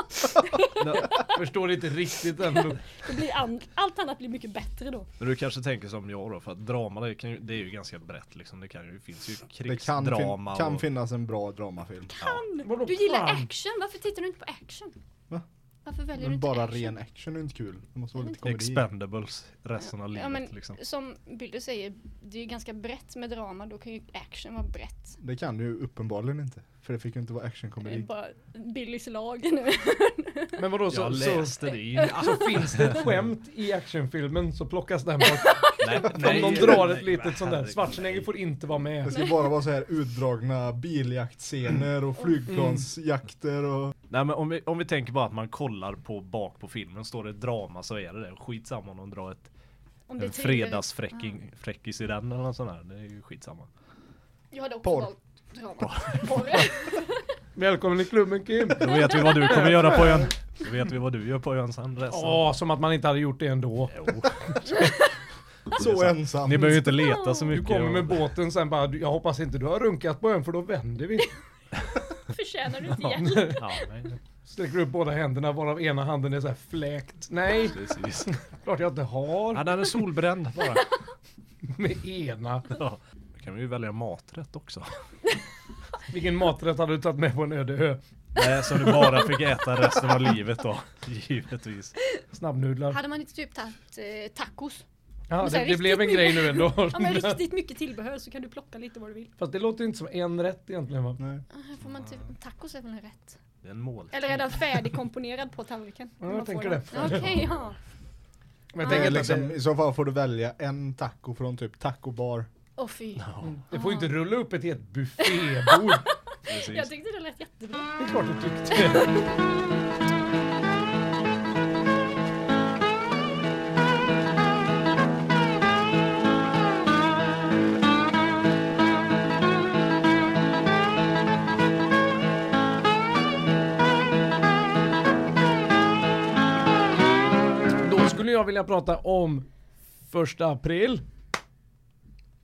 B: Förstår inte riktigt ändå.
C: Det blir an- allt annat blir mycket bättre då.
D: *laughs* Men du kanske tänker som jag då, för att drama det, kan ju, det är ju ganska brett liksom. Det, kan ju, det finns ju
A: det kan, fin-
D: krigsdrama
A: kan
D: och...
A: finnas en bra dramafilm.
C: Kan!
B: Vadå
C: Du gillar
B: fan?
C: action, varför tittar du inte på action?
A: Va?
C: Varför väljer du
A: Men
C: inte
A: bara
C: action?
A: ren action är inte kul. Det måste vara lite komedi.
D: Expendables resten av livet
C: Ja, men
D: liksom.
C: som Billy säger, det är ju ganska brett med drama, då kan ju action vara brett.
A: Det kan du ju uppenbarligen inte. För det fick ju inte vara
C: Det är
A: actionkomedi.
C: bara Billys lag
B: *laughs*
C: nu.
B: Men vadå så,
D: Jag
B: så,
D: läste det
B: *laughs*
D: Ah, i...
B: så finns det ett skämt i actionfilmen så plockas den bort.
D: Nej,
B: Om de
D: nej,
B: drar
D: nej,
B: ett litet
D: nej,
B: sånt där.
D: herregud.
B: Schwarzenegger får inte vara
A: Det
B: med.
A: ska bara vara så här utdragna biljaktscener
C: Mm.
A: och flygplansjakter och...
D: Nej men om vi, om vi tänker bara att man kollar på bak på filmen, står det drama så är det det. Skitsamma om de drar ett
C: Om
D: en
C: thriller.
D: fredagsfräckis i den eller något sånt där. Det är
C: *laughs*
D: ju skitsamma.
C: Jag hade också
A: Porr.
C: valt drama.
D: *laughs*
C: Porr.
B: Välkommen till klubben Kim!
D: Då vet vi vad du kommer göra på ön. Då vet vi vad du gör på ön sen resten.
B: Ja, som att man inte hade gjort det ändå.
D: Jo.
A: Så ensam.
D: Ni behöver ju inte leta så
B: Du
D: mycket.
B: kommer med båten sen bara, "Du, jag hoppas inte du har runkat på ön för då vänder vi.
C: Förtjänar du inte
D: *laughs*
C: hjälp?
D: Ja, nej,
B: Sträcker upp båda händerna varav ena handen är så här fläkt. Nej,
D: *laughs* precis.
B: klart jag inte har.
D: Han är solbränd
B: *laughs*
D: bara.
B: Med ena.
D: Ja. Då kan vi ju välja maträtt också.
B: Vilken maträtt hade du tagit med på en öde ö?
D: Nej, som du bara fick äta resten av livet då. *laughs* Givetvis.
B: Snabbnudlar.
C: Hade man inte typ tagit eh, tacos?
B: Ja,
C: Men så
B: det,
C: här
B: det blev en
C: riktigt
B: grej nu ändå.
C: Ja men riktigt mycket tillbehör så kan du plocka lite vad du vill.
B: Fast det låter inte som en rätt egentligen va?
A: Nej.
C: Ah, här Får man typ, tacos är väl en rätt?
D: Det är en mål.
C: Eller är den färdigkomponerad på tallriken?
B: Ja,
C: När
B: jag
C: man får
B: tänker
C: den.
B: det.
C: Ja, Okej, ja.
B: Men
C: Nej,
B: jag tänker
A: Men
B: att
A: liksom,
B: det,
A: I så fall får du välja en taco från typ tacobar.
C: Åh fy.
B: det får ju inte rulla upp ett helt buffébord.
C: Jag
D: Precis.
C: tyckte det lät jättebra.
B: Det är klart du tyckte. Då skulle jag vilja prata om första april.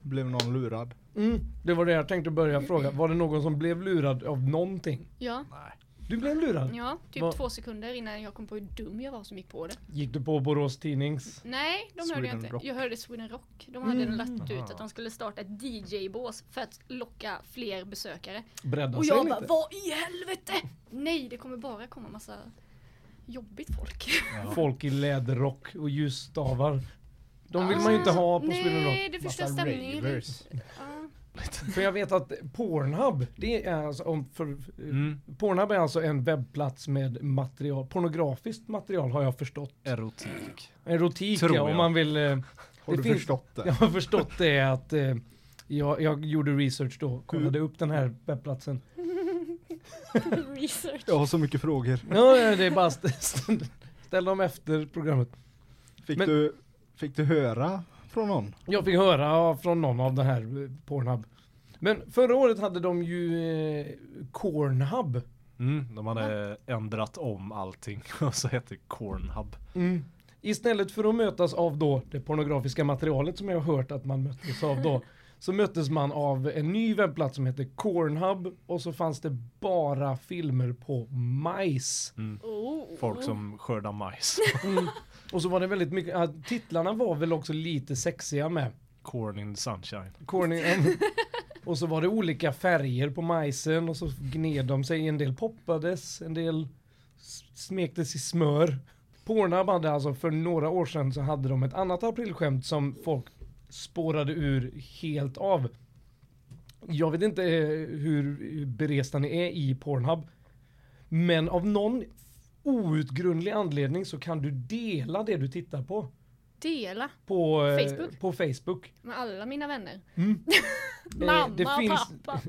A: Blev någon lurad.
B: Mm, det var det jag tänkte börja fråga. Var det någon som blev lurad av någonting?
C: Ja,
B: Du blev lurad?
C: ja typ
B: Vad-
C: två sekunder innan jag kom på hur dum jag var som gick på det.
B: Gick du på Borås Tidnings?
C: Nej, de hörde jag
A: Sweden
C: inte.
A: Rock.
C: Jag hörde Sweden Rock. De hade
B: Mm.
C: lagt ut att de skulle starta ett DJ-bås för att locka fler besökare.
B: Bredda
C: Och
B: sig
C: jag
B: lite?
C: bara, vad i helvete? Nej, det kommer bara komma massa jobbigt folk.
B: Folk i läderrock och ljusstavar. De vill man ju inte ha på
C: Nej,
B: Sweden Rock.
C: det förstör
A: Massa
C: stämningen.
A: ravers.
C: Ja.
B: För jag vet att Pornhub, det är alltså, om för,
D: Mm.
B: Pornhub är alltså en webbplats med material, pornografiskt material har jag förstått.
D: Erotik.
B: Erotik
D: Tror
B: ja, om
D: jag.
B: man vill. eh, *laughs*
A: Har
B: Det
A: du
B: finns-
A: förstått
B: Jag
A: det?
B: har förstått det att eh, jag, jag gjorde research då, kollade
D: Mm.
B: upp den här webbplatsen.
C: Research.
A: Jag har så mycket frågor.
B: Ja, ja, det är bara st- *laughs* st- ställ dem efter programmet.
A: Fick,
B: Men-
A: du, fick du höra från någon?
B: Jag fick höra från någon av den här eh, Pornhub. Men förra året hade de ju eh, Cornhub.
D: Mm, de hade ändrat om allting *laughs* och så hette det Cornhub.
B: Istället för att mötas av då det pornografiska materialet som jag har hört att man möttes av då. Så möttes man av en ny webbplats som hette Cornhub och så fanns det bara filmer på majs.
C: Oh.
D: Folk som skördar *laughs* majs.
B: Och så var det väldigt mycket, ja, titlarna var väl också lite sexiga med.
D: Corn in sunshine.
B: Corny. och så var det olika färger på majsen och så gned de sig. En del poppades, en del s- smektes i smör. Pornhub hade alltså för några år sedan så hade de ett annat aprilskämt som folk spårade ur helt av. Jag vet inte eh, hur beresta ni är i Pornhub. Men av någon outgrundlig anledning så kan du dela det du tittar på.
C: Dela
B: På eh,
C: Facebook?
B: På Facebook.
C: med alla mina vänner.
B: Mm.
C: Mamma,
B: det finns-
C: pappa.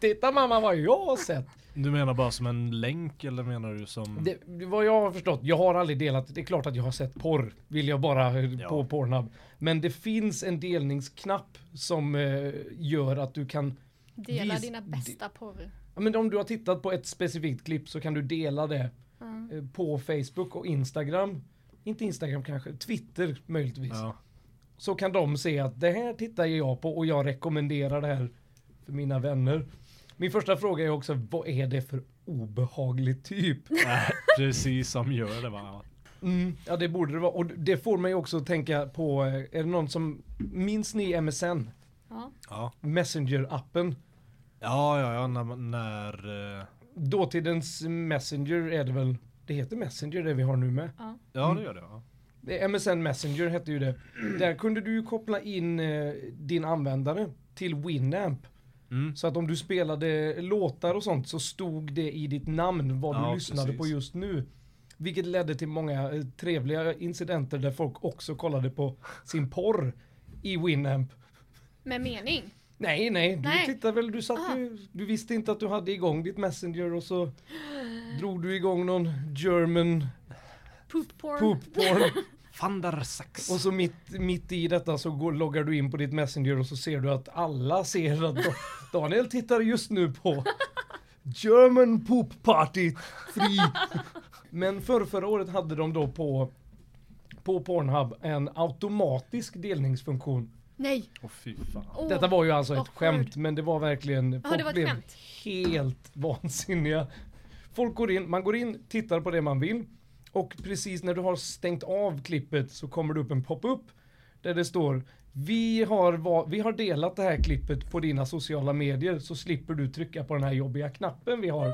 B: Titta mamma vad jag har sett.
D: Du menar bara som en länk eller menar du som...
B: Det, det- vad jag har förstått, jag har aldrig delat, det är klart att jag har sett porr, vill jag bara eh,
D: Ja.
B: på Pornhub. Men det finns en delningsknapp som eh, gör att du kan,
C: Dela
B: Vis-
C: dina bästa porr.
B: ja, men om du har tittat på ett specifikt klipp så kan du dela det
C: Ja.
B: eh, på Facebook och Instagram. Inte Instagram kanske, Twitter möjligtvis.
D: Ja.
B: Så kan de se att det här tittar jag på och jag rekommenderar det här för mina vänner. Min första fråga är också, vad är det för obehaglig typ?
D: Nej, precis som gör det va?
B: Mm, ja det borde det vara. Och det får mig också att tänka på, eh, är det någon som, minns ni MSN?
C: Ja.
D: Ja,
B: Messenger-appen?
D: ja, ja, ja när, man- när eh,
B: Dåtidens Messenger är det väl? Det heter Messenger det vi har nu med.
C: Ja.
D: Ja, det gör det. Ja.
B: Det- MSN Messenger hette ju det. Där kunde du ju koppla in eh, din användare till Winamp.
D: Mm.
B: Så att om du spelade låtar och sånt så stod det i ditt namn vad
D: Ja,
B: du lyssnade
D: precis.
B: på just nu. Vilket ledde till många eh, trevliga incidenter där folk också kollade på sin porr i Winamp.
C: Med mening.
B: Nej, nej, du
C: Nej.
B: tittade väl, du satt
C: Ah.
B: ju, du visste inte att du hade igång ditt Messenger och så drog du igång någon German
C: Poop porn.
B: poop porn.
D: Fandersax.
B: Och så mitt, mitt i detta så går, loggar du in på ditt Messenger och så ser du att alla ser att Da- Daniel tittar just nu på German Poop Party 3. Men för förra året hade de då på, på Pornhub en automatisk delningsfunktion.
C: Nej.
D: Åh fy fan.
C: Åh.
B: Detta var ju alltså ett
C: awkward.
B: skämt men det var verkligen,
C: det
B: folk
C: var ett
B: blev
C: skämt.
B: helt *laughs* vansinniga. Folk går in, man går in, tittar på det man vill och precis när du har stängt av klippet så kommer det upp en pop-up där det står vi har, va- vi har delat det här klippet på dina sociala medier så slipper du trycka på den här jobbiga knappen vi har.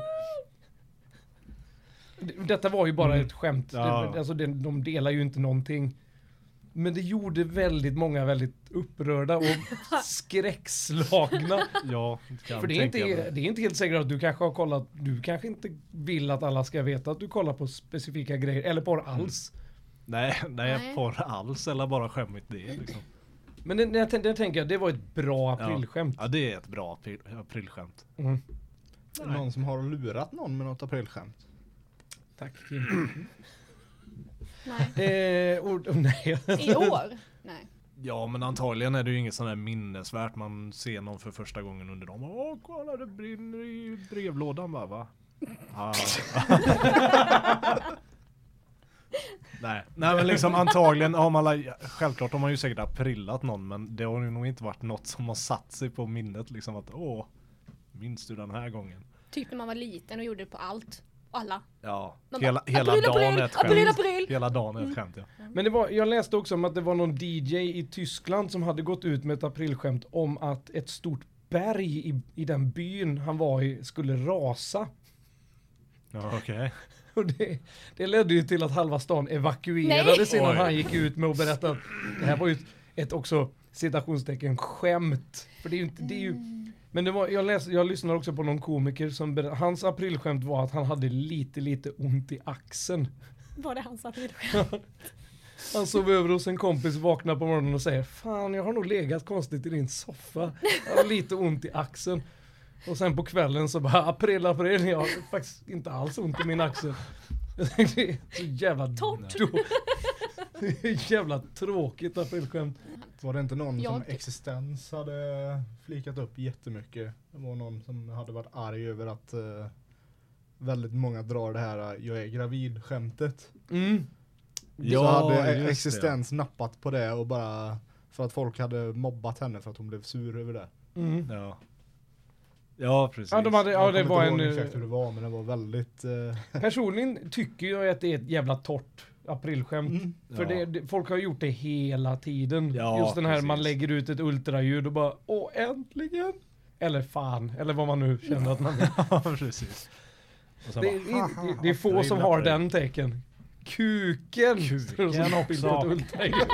B: D- Detta var ju bara ett skämt.
D: Mm. Ja.
B: Det, alltså det, de delar ju inte någonting. Men det gjorde väldigt många väldigt upprörda och skräckslagna.
D: Ja,
B: För det är, inte, det är inte helt säkert att du kanske har kollat, du kanske inte vill att alla ska veta att du kollar på specifika grejer, eller porr
D: Mm.
B: alls.
D: Nej, nej,
C: Nej.
D: porr alls eller bara skämmigt det liksom.
B: Men det, det, det tänker jag, det var ett bra aprilskämt.
D: Ja, det är ett bra april, aprilskämt.
B: Mm.
A: Någon som har lurat någon med något aprilskämt.
B: Tack Kim.
C: Nej.
B: eh, och, och, *laughs* nej.
C: I år? Nej.
D: Ja, men antagligen är det ju inget sån där minnesvärt man ser någon för första gången under dem. Åh, kolla det brinner i brevlådan bara, va? Ah. *laughs* Nej. Nej, men liksom antagligen har man, la- självklart har man ju säkert aprillat någon, men det har ju nog inte varit något som har satt sig på minnet liksom att åh, minns du den här gången?
C: Typ när man var liten och gjorde det på allt. Och alla.
D: Ja,
C: Man
D: hela,
C: bara,
D: hela
C: april,
D: dagen
C: april,
D: är ett skämt.
C: april, april.
D: Hela dagen är ett skämt, ja.
B: Men det var, jag läste också om att det var någon DJ i Tyskland som hade gått ut med ett aprilskämt om att ett stort berg i, i den byn han var i skulle rasa. *laughs*
D: ja Okej.
B: Och det, det ledde ju till att halva stan evakuerades
D: Nej.
B: innan
D: Oj.
B: han gick ut med att berätta att det här var ju ett, ett också citationstecken skämt. För det är ju inte, det är ju, men det var, jag, läs, jag lyssnade också på någon komiker som ber, hans aprilskämt var att han hade lite, lite ont i axeln.
C: Var det han satt vid?
B: Han sov över hos en kompis, vaknar på morgonen och säger Fan, jag har nog legat konstigt i din soffa. Jag har lite ont i axeln. Och sen på kvällen så bara april, april, jag har faktiskt inte alls ont i min axel. Jag tänkte, det är så jävla
C: Torrt.
B: då- det är jävla tråkigt aprilskämt.
A: Var det inte någon som
B: typ.
C: Jag-
A: existens hade flikat upp jättemycket? Det var någon som hade varit arg över att eh, väldigt många drar det här eh, jag är gravid skämtet.
B: Mm.
A: så hade
D: just
A: eh,
D: det.
A: existens nappat på det och bara för att folk hade mobbat henne för att hon blev sur över det.
B: Mm.
D: Ja. Ja, precis.
B: Ja, de hade, ja,
A: Jag
B: det
A: kommer
B: var
A: inte
B: en...
A: ihåg exakt hur det var men det var väldigt eh,
B: Personligen tycker jag att det är ett jävla torrt aprilskämt.
A: Mm.
B: För
D: Ja.
B: det, det, folk har gjort det hela tiden.
D: Ja,
B: Just den här man
D: precis.
B: lägger ut ett ultraljud och bara åh äntligen. Eller fan, eller vad man nu känner att
D: *laughs*
B: man vill.
D: *laughs* Ja, precis. Och sen
B: Det, är-
D: bara,
B: det, det är få
D: April,
B: som har
D: april.
B: den tecken. Kuken! står det *laughs* som
D: Kuken
B: bild på ett
D: också.
B: ultraljud.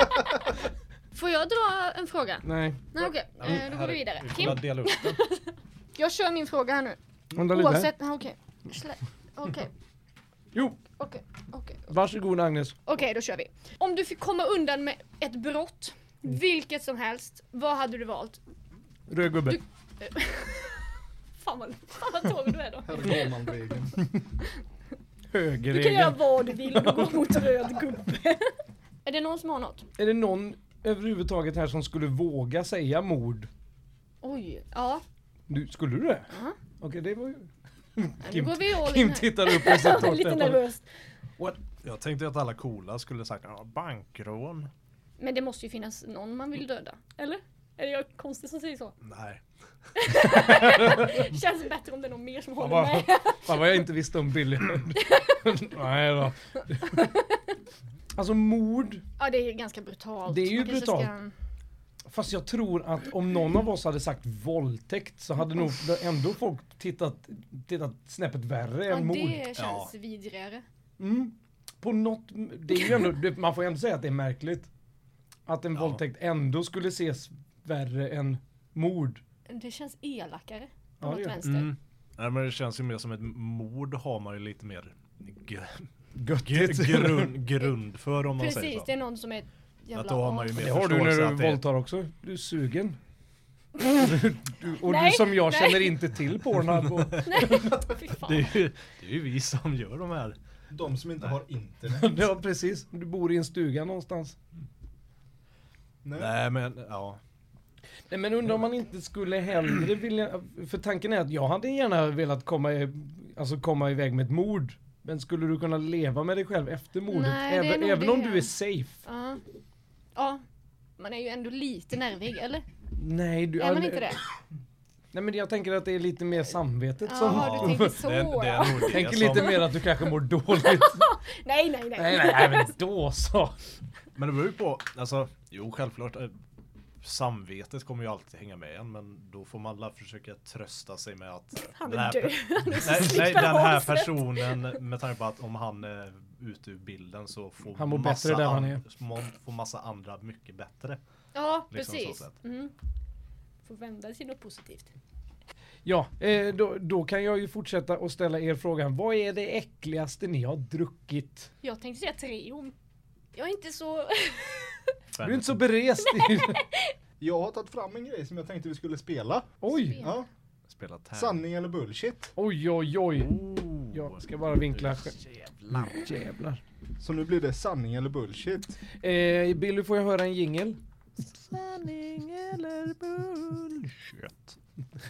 C: Får jag dra en fråga?
B: Nej,
C: Nej okej,
B: *laughs*
C: eh, då går vi vidare.
D: Vi får
C: Kim,
D: väl dela upp den.
C: jag kör min fråga här nu.
B: vänta lite.
C: Oavsett, nej, okej. Slä- Okej,
B: Jo,
C: okej, okej.
B: varsågod Agnes.
C: Okej, då kör vi. Om du fick komma undan med ett brott, vilket som helst, vad hade du valt?
B: Röd gubbe.
C: Du- Fan vad, fan vad tåg du är då.
A: Här går man regeln.
C: Du kan göra
B: Högerregeln.
C: vad du vill och
B: *laughs*
C: gå mot röd gubbe. Är det någon som har något?
B: Är det någon överhuvudtaget här som skulle våga säga mord?
C: Oj, ja.
B: Du, skulle du det?
C: Ja.
B: Okej,
C: *laughs*
B: det var ju...
C: Nu
B: Kim,
C: går vi all in *laughs*
B: Kim
C: här.
B: tittar upp och ser torrt
C: Lite
B: ut.
C: nervöst.
D: Jag tänkte att alla coola skulle sagt ja, bankrån.
C: Men det måste ju finnas någon man vill döda. Eller? Är det jag konstig som säger så?
B: Mm.
D: Nej.
C: Känns bättre om det är någon mer som
B: Fan
C: håller
B: vad,
C: med.
B: fan vad jag inte visste om Billy.
C: *laughs*
B: Nej då. Alltså mord,
C: Ja det är ganska brutalt.
B: Det är ju
C: Man kanske
B: brutalt. fast jag tror att om någon av oss hade sagt våldtäkt så hade nog ändå folk tittat, tittat snäppet värre
C: Ja
B: än mord.
C: det känns
D: Ja.
C: vidrigare.
B: Mm. På något, det är ju ändå, det- man får ju ändå säga att det är märkligt. Att en
D: Ja.
B: våldtäkt ändå skulle ses värre än mord.
C: Det känns elakare. På
B: Ja, det
C: något
B: gör det.
C: vänster.
D: Mm. Nej men det känns ju mer som ett mord har man ju lite mer
B: *laughs*
D: g- g-
B: Göttigt.
D: grund, grund för om man säger
C: Precis,
D: så.
C: det är någon som är ett jävla
D: Att då har man ju
C: as.
D: mer
B: Det har du
D: förståelse
B: när
D: att
B: du
D: det är-
B: våldtar också. Du
C: *laughs*
B: är sugen. du, och du
C: Nej,
B: som jag
C: nej.
B: känner inte till Pornhub. Och,
C: *laughs* Nej, fy fan.
D: Det är, ju, det är ju vi som gör de här.
A: De som inte har internet.
B: *laughs* ja precis, du bor i en stuga någonstans.
A: Nej.
D: Nej men ja.
B: Nej men undrar om man inte skulle hellre vilja, för tanken är att jag hade gärna velat komma, i, alltså komma iväg med ett mord. Men skulle du kunna leva med dig själv efter mordet?
C: Nej, det är
B: även
C: nog
B: även om
C: det.
B: du är safe?
C: Ja. Ja. Man är ju ändå lite nervig, eller?
B: Nej, du...
C: är man inte det?
B: Nej men jag tänker att det är lite mer samvetet
C: Ja,
B: som...
C: *laughs* du tänker så.
D: *laughs* det, är- det är nog det
B: Tänker
D: som,
B: lite mer att du kanske mår dåligt.
C: *laughs* Nej, nej, nej.
B: nej, nej, nej, men då så.
D: Men det beror ju på, alltså jo självklart. eh, Samvetet kommer ju alltid hänga med en men då får man alla försöka trösta sig med att eh,
C: Han
D: den här
C: är död.
D: per-
C: Han är så
D: Nej, nej
C: slipad
D: den här
C: av sig.
D: personen med tanke på att om han är ute ur bilden så får
B: Han mår
D: massa
B: bättre där han
D: an-
B: är.
D: må- får massa andra mycket bättre.
C: Ja,
D: Liksom så
C: precis.
D: sett.
C: Mm. Får vända till något positivt.
B: Ja, eh, då, då kan jag ju fortsätta och ställa er frågan. Vad är det äckligaste ni har druckit?
C: Jag tänkte säga Trion. Jag är inte så...
B: Du är inte så berest.
C: *laughs*
B: i-
A: Jag har tagit fram en grej som jag tänkte vi skulle spela.
B: Oj,
A: Ja.
D: Spela tärn.
A: Sanning eller bullshit.
B: oj, oj, oj.
D: Oh.
B: Jag ska bara vinkla.
D: Jävlar.
B: Jävlar.
A: Så nu blir det sanning eller bullshit.
B: Eh, Billy, får jag höra en jingel?
D: Sanning eller bullshit?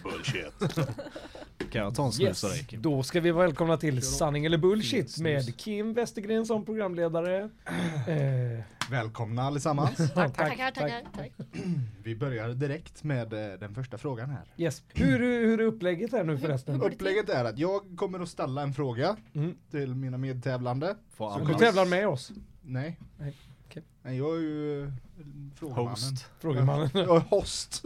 D: Bullshit. *laughs* kan jag ta en snus
B: Yes.
D: av dig? Kim?
B: Då ska vi välkomna till Sanning eller
D: Fin
B: Bullshit
D: snus.
B: med Kim Westergren som programledare. Eh,
A: Välkomna allesammans.
B: Tack,
C: *laughs* Tackar, tackar. tack.
A: Vi börjar direkt med eh, den första frågan här.
B: Yes. Hur, hur är upplägget här nu förresten?
A: Upplägget är att jag kommer att ställa en fråga
B: Mm.
A: till mina medtävlande.
D: Får
A: Så
B: Du
D: alla
A: tävlar-
B: tävlar med oss,
A: Nej.
B: Nej, okej.
A: Nej, jag är ju eh, frågemannen.
D: host.
B: frågar mannen.
A: Jag är host.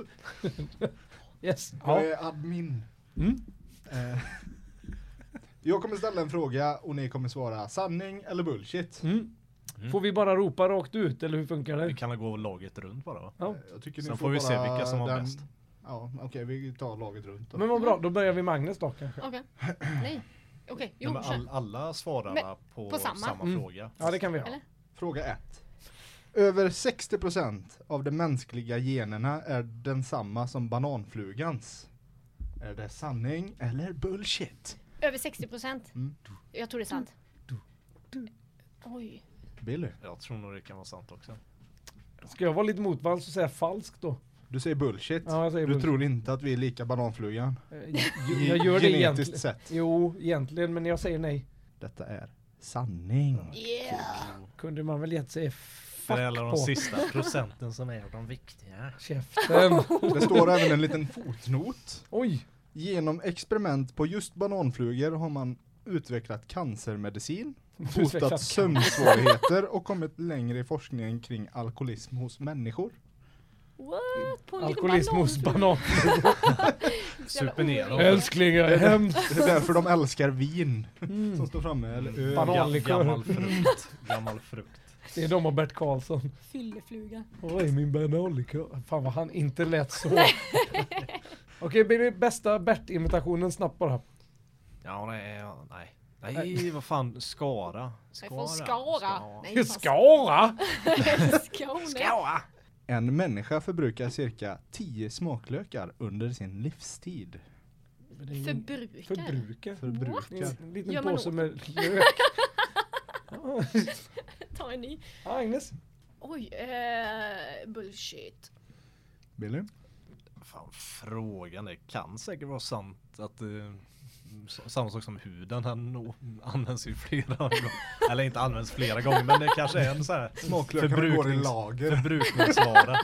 B: Yes.
A: Jag
B: Ja.
A: är admin.
B: Mm.
A: Eh, Jag kommer ställa en fråga och ni kommer svara sanning eller bullshit.
B: Mm.
D: Mm.
B: Får vi bara ropa rakt ut eller hur funkar
D: Vi
B: det?
D: kan gå laget runt bara va?
B: Ja.
A: Jag tycker ni
D: Sen får vi se
A: bara
D: vilka som har
A: den-
D: bäst.
A: Ja, okej, vi tar laget runt då.
B: Men vad bra, då börjar vi Magnus då kanske.
C: Okej. Nej. Okej,
D: Nej,
C: jo,
D: men all,
C: kör.
D: alla svararna på,
C: på
D: samma,
C: samma?
B: Mm.
D: fråga.
B: Ja det kan vi göra.
C: Eller?
A: Fråga 1. Över 60% av de mänskliga generna är densamma som bananflugans. Är det sanning eller bullshit?
C: Över 60 procent.
A: Mm.
C: Jag tror det är sant. Oj.
A: Billy,
D: Jag tror nog det kan vara sant också.
B: Ska jag vara lite motvalls och säga falskt då?
A: du säger bullshit.
B: Ja, jag säger
A: du
B: bullshit.
A: tror inte att vi är lika bananflugan?
B: Eh,
A: *laughs*
B: ju- Jag gör det
A: Genetiskt
B: egentligen.
A: sett.
B: Jo, egentligen, men jag säger nej.
A: Detta är sanning.
C: Yeah.
B: Kunde man väl gett sig
D: För
B: fuck
D: det är alla de
B: på
D: sista procenten som är
C: *laughs*
D: de viktiga.
B: käften.
A: Det står även en liten fotnot.
B: Oj,
A: Genom experiment på just bananflugor har man utvecklat cancermedicin,
B: Utvecklat
A: botat
B: cancer.
A: sömnsvårigheter och kommit längre i forskningen kring alkoholism hos människor.
C: What? På en liten
B: alkoholism hos
C: banan?
B: banan.
C: Jävla
D: Super ner dem.
C: orimligt.
B: Älskling, jag är hemskt.
A: Det är därför de älskar vin
B: Mm.
A: som står framme. Eller öl.
B: Banan.
D: Gam-
B: Bananlikör.
D: Gammal frukt.
B: Mm.
D: Gammal frukt.
B: Det är de och Bert Karlsson.
C: Fyllefluga.
B: Oj, min bananlikör. Fan vad han inte
C: *laughs*
B: lät så. Okej, blir det bästa Bert-imitationen snabbt bara.
D: Ja, nej, ja, nej. Nej, vad fan. Skara.
C: Nej, från Skara. Nej, fan,
B: Skara!
C: Skåne.
A: En människa förbrukar cirka 10 smaklökar under sin livstid.
C: Förbrukar.
B: Förbrukar. Det
A: Förbrukar.
B: är En liten
C: Gör man
B: påse
C: åt?
B: med
C: *laughs*
B: lök. Ja.
C: Ta en ny.
B: Agnes.
C: Oj, eh, bullshit.
A: Billy?
D: Fan, frågan är, kan säkert vara sant att eh, s- samma sak som huden, den å- används ju flera *laughs* gånger. Eller inte används flera gånger, men det kanske är en sån här
A: Smaklökarna går i
D: förbruknings-
A: lager.
B: *laughs*
D: förbrukningsvara.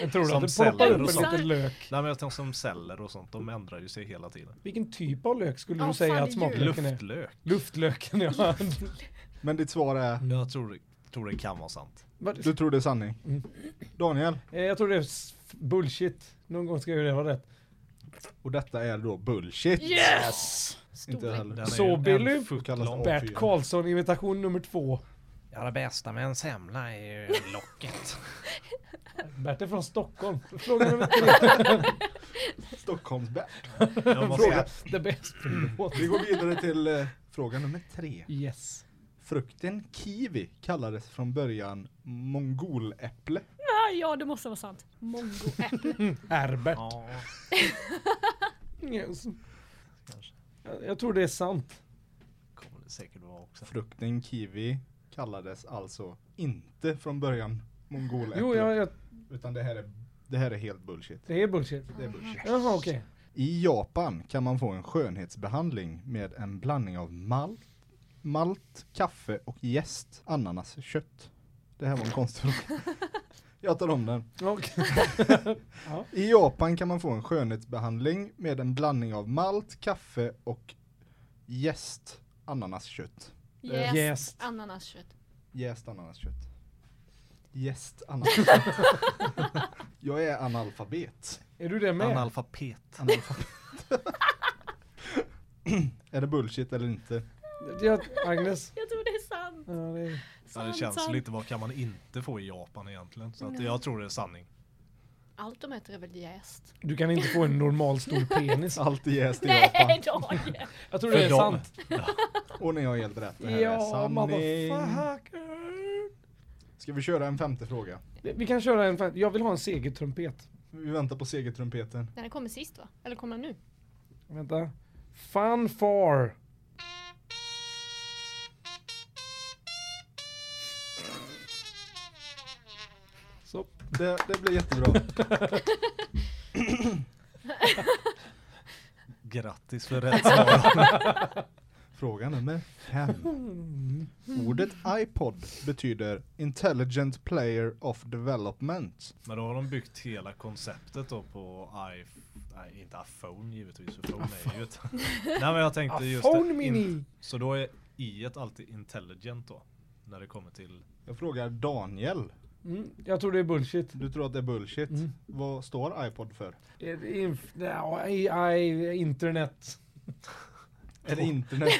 B: Jag tror
D: Som
B: att det ploppar
D: celler
B: upp
D: och
B: en
D: sånt.
B: liten lök.
D: Nej men jag tänker som celler och sånt, de ändrar ju sig hela tiden.
B: Vilken typ av lök skulle
C: Ja,
B: du säga
C: fan,
B: att
C: det är
B: smaklöken är?
D: Luftlök.
B: Luftlöken, ja.
A: Men ditt svar
B: Mm.
A: är,
D: Jag tror, tror det kan vara sant.
B: Vad-
A: du tror det är sanning.
B: Mm.
A: Daniel?
B: Eh, Jag tror det är s- bullshit. Någon gång ska jag göra det vara rätt.
A: Och detta är då bullshit.
C: Yes!
A: Inte
C: Storlek.
A: heller.
D: Den är
B: Så
D: ju en
B: Billy,
D: foot
A: kallas
D: lång.
A: det.
B: Bert Karlsson, imitation nummer två.
D: Ja, det bästa med en semla är ju locket.
B: Bert är från Stockholm. Fråga nummer tre.
A: Stockholms-Bert.
D: *laughs* Jag Mm.
A: Fråga.
D: måste,
B: The best.
A: Vi går vidare till eh, fråga nummer tre.
B: Yes.
A: Frukten kiwi kallades från början mongoläpple.
C: Nej, Ah, ja det måste vara sant. Mongoäpple.
B: Herbert.
D: ja,
B: Yes. Jag- Jag tror det är sant.
D: kommer det säkert vara också.
A: Frukten kiwi kallades alltså inte från början mongoläpple.
B: Jo, jag, jag,
A: Utan det här, är, det här är helt bullshit.
B: det är bullshit.
A: Det är bullshit.
B: Jaha, okej.
A: I Japan kan man få en skönhetsbehandling med en blandning av malt, malt kaffe och jäst, ananas, kött. Det här var en konstig fråga. Jag tar om den.
B: Okej.
A: I Japan kan man få en skönhetsbehandling med en blandning av malt, kaffe och jäst, ananas-kött.
C: Jäst.
B: Jäst.
C: Ananaskött.
A: Jäst, ananas-kött. Jäst, ananas-kött. Jag är analfabet.
B: Är du det med?
D: Analfabet.
A: analfabet. är det bullshit eller inte?
B: Jag, Agnes?
C: Jag tror det är sant.
B: Ja, det är,
D: Ja, det
C: sant,
D: känns
C: sant.
D: lite, vad kan man inte få i Japan egentligen? Så att
C: Nej.
D: jag tror det är sanning.
C: Allt de äter är väl jäst?
B: du kan inte få en normal stor penis.
A: Allt är jäst i Japan.
C: Nej, Daniel!
B: Jag tror det är
D: För dem.
B: sant.
A: Och när jag har helt rätt, det här är
B: Ja,
A: sanning.
B: motherfucker.
A: Ska vi köra en femte fråga?
B: Vi kan köra en... fan- Jag vill ha en segertrumpet.
A: Vi väntar på segertrumpeten.
C: Den här kommer sist va? Eller kommer den nu?
B: Vänta. Fanfar. Så.
A: Det, det blir
B: *laughs*
A: jättebra.
D: Grattis för rätt svar.
A: Fråga nummer fem. Ordet iPod betyder Intelligent Player of Development.
D: Men då har de byggt hela konceptet då på i... Nej, inte iPhone givetvis, för phone är ju ett... Nej men jag
B: Ah,
D: tänkte just det,
B: iPhone
D: in-
B: Mini.
D: Så då är i alltid intelligent då? När det kommer till...
A: Jag frågar Daniel.
B: Mm, jag tror det är bullshit.
A: Du tror att det är bullshit.
B: Mm.
A: Vad står iPod för?
B: Eh, Inf, ja, i, i, internet.
A: Är det internet?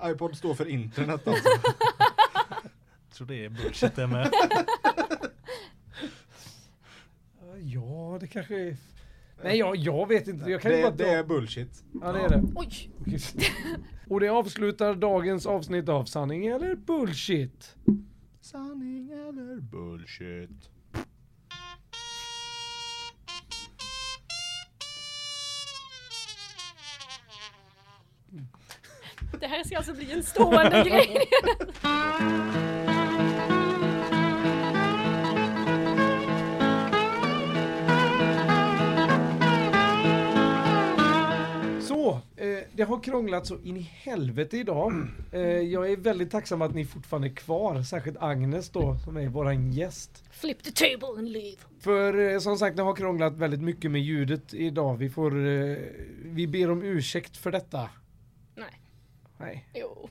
A: Oh. *laughs* iPod står för
B: *laughs*
A: internet alltså.
D: tror det är bullshit det med.
B: Eh, Ja, det kanske är... Nej, jag, jag vet inte. Jag kan ju
A: Det,
B: bara
A: det är bullshit.
B: Ja, det är
D: *laughs*
B: det.
C: Oj!
B: Okej. Och det avslutar dagens avsnitt av Sanning eller Bullshit.
A: Sanning eller bullshit?
C: Det här ska alltså bli en stående grej.
B: Så, eh, det har krånglat så in i helvete idag. Eh, jag är väldigt tacksam att ni fortfarande är kvar, särskilt Agnes då, som är våran gäst.
C: Flip the table and leave.
B: För eh, som sagt, det har krånglat väldigt mycket med ljudet idag. Vi får... Eh, vi ber om ursäkt för detta.
C: Nej.
B: Nej,
C: Jo.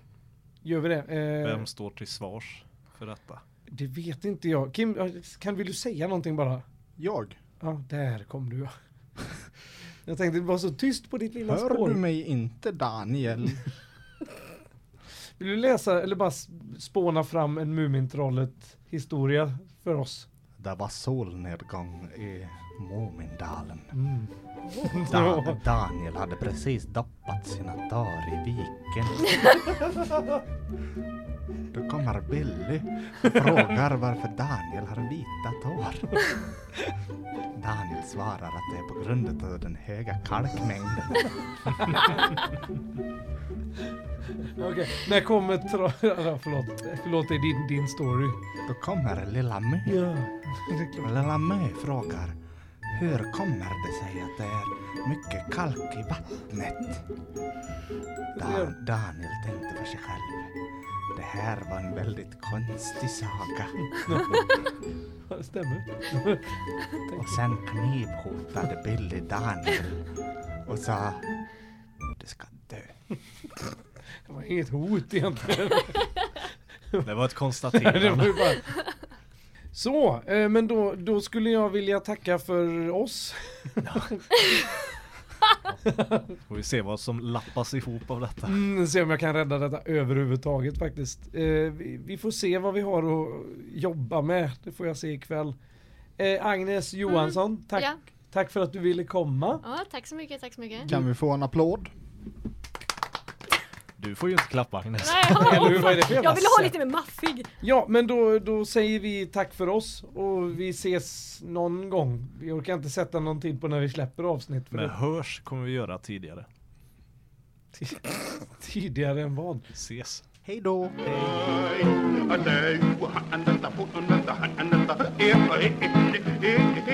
B: gör vi det? Eh,
D: Vem står till svars för detta?
B: Det vet inte jag. Kim, eh, kan, vill du säga någonting bara?
A: Jag.
B: Ja, *laughs* där kom du. Jag tänkte det var så tyst på ditt lilla
A: Hör
B: spår.
A: du mig inte Daniel?
B: Vill du läsa eller bara s- spåna fram en Mumintrollet historia för oss?
A: Det var solnedgång i Mumindalen.
B: *laughs* Mm.
A: Dan- Daniel hade precis doppat sina dagar i viken. Då kommer Billy och frågar varför Daniel har vita tår. Daniel svarar att det är på grund av den höga kalkmängden.
B: Okej, när kommer tra- *laughs* ja, förlåt, förlåt det är din, din story.
A: Då kommer Lilla My.
B: Ja. *laughs*
A: Lilla My frågar hur kommer det sig att det är mycket kalk i vattnet? Dan- Daniel tänkte för sig själv. Det här var en väldigt konstig saga.
B: Ja, det stämmer.
A: Och sen knivhotade Billy Daniel och sa du ska dö.
B: Det var inget hot egentligen.
D: Det var ett
B: Det var *laughs*
D: konstaterande.
B: ju bara... Så, eh, men då, då skulle jag vilja tacka för oss.
D: Får vi se vad som lappas ihop av detta.
B: Mm, se om jag kan rädda detta överhuvudtaget faktiskt. Eh, vi, vi får se vad vi har att jobba med. Det får jag se ikväll. Eh, Agnes Johansson, tack,
C: Ja.
B: tack för att du ville komma.
C: ja, tack så mycket, tack så mycket.
E: Kan vi få en applåd?
D: Du får ju inte klappa Agnes.
C: Nej, jag,
B: Eller hur, vad är det för jävla
C: jag vill ha
B: sätt?
C: lite mer maffig.
B: Ja, men då, då säger vi tack för oss och vi ses någon gång. Vi orkar inte sätta någon tid på när vi släpper avsnitt för
D: Men
B: det
D: hörs kommer vi göra tidigare.
B: tidigare än vad.
D: Ses.
E: Hej då!
F: and the you and the foot and the hand and the ear.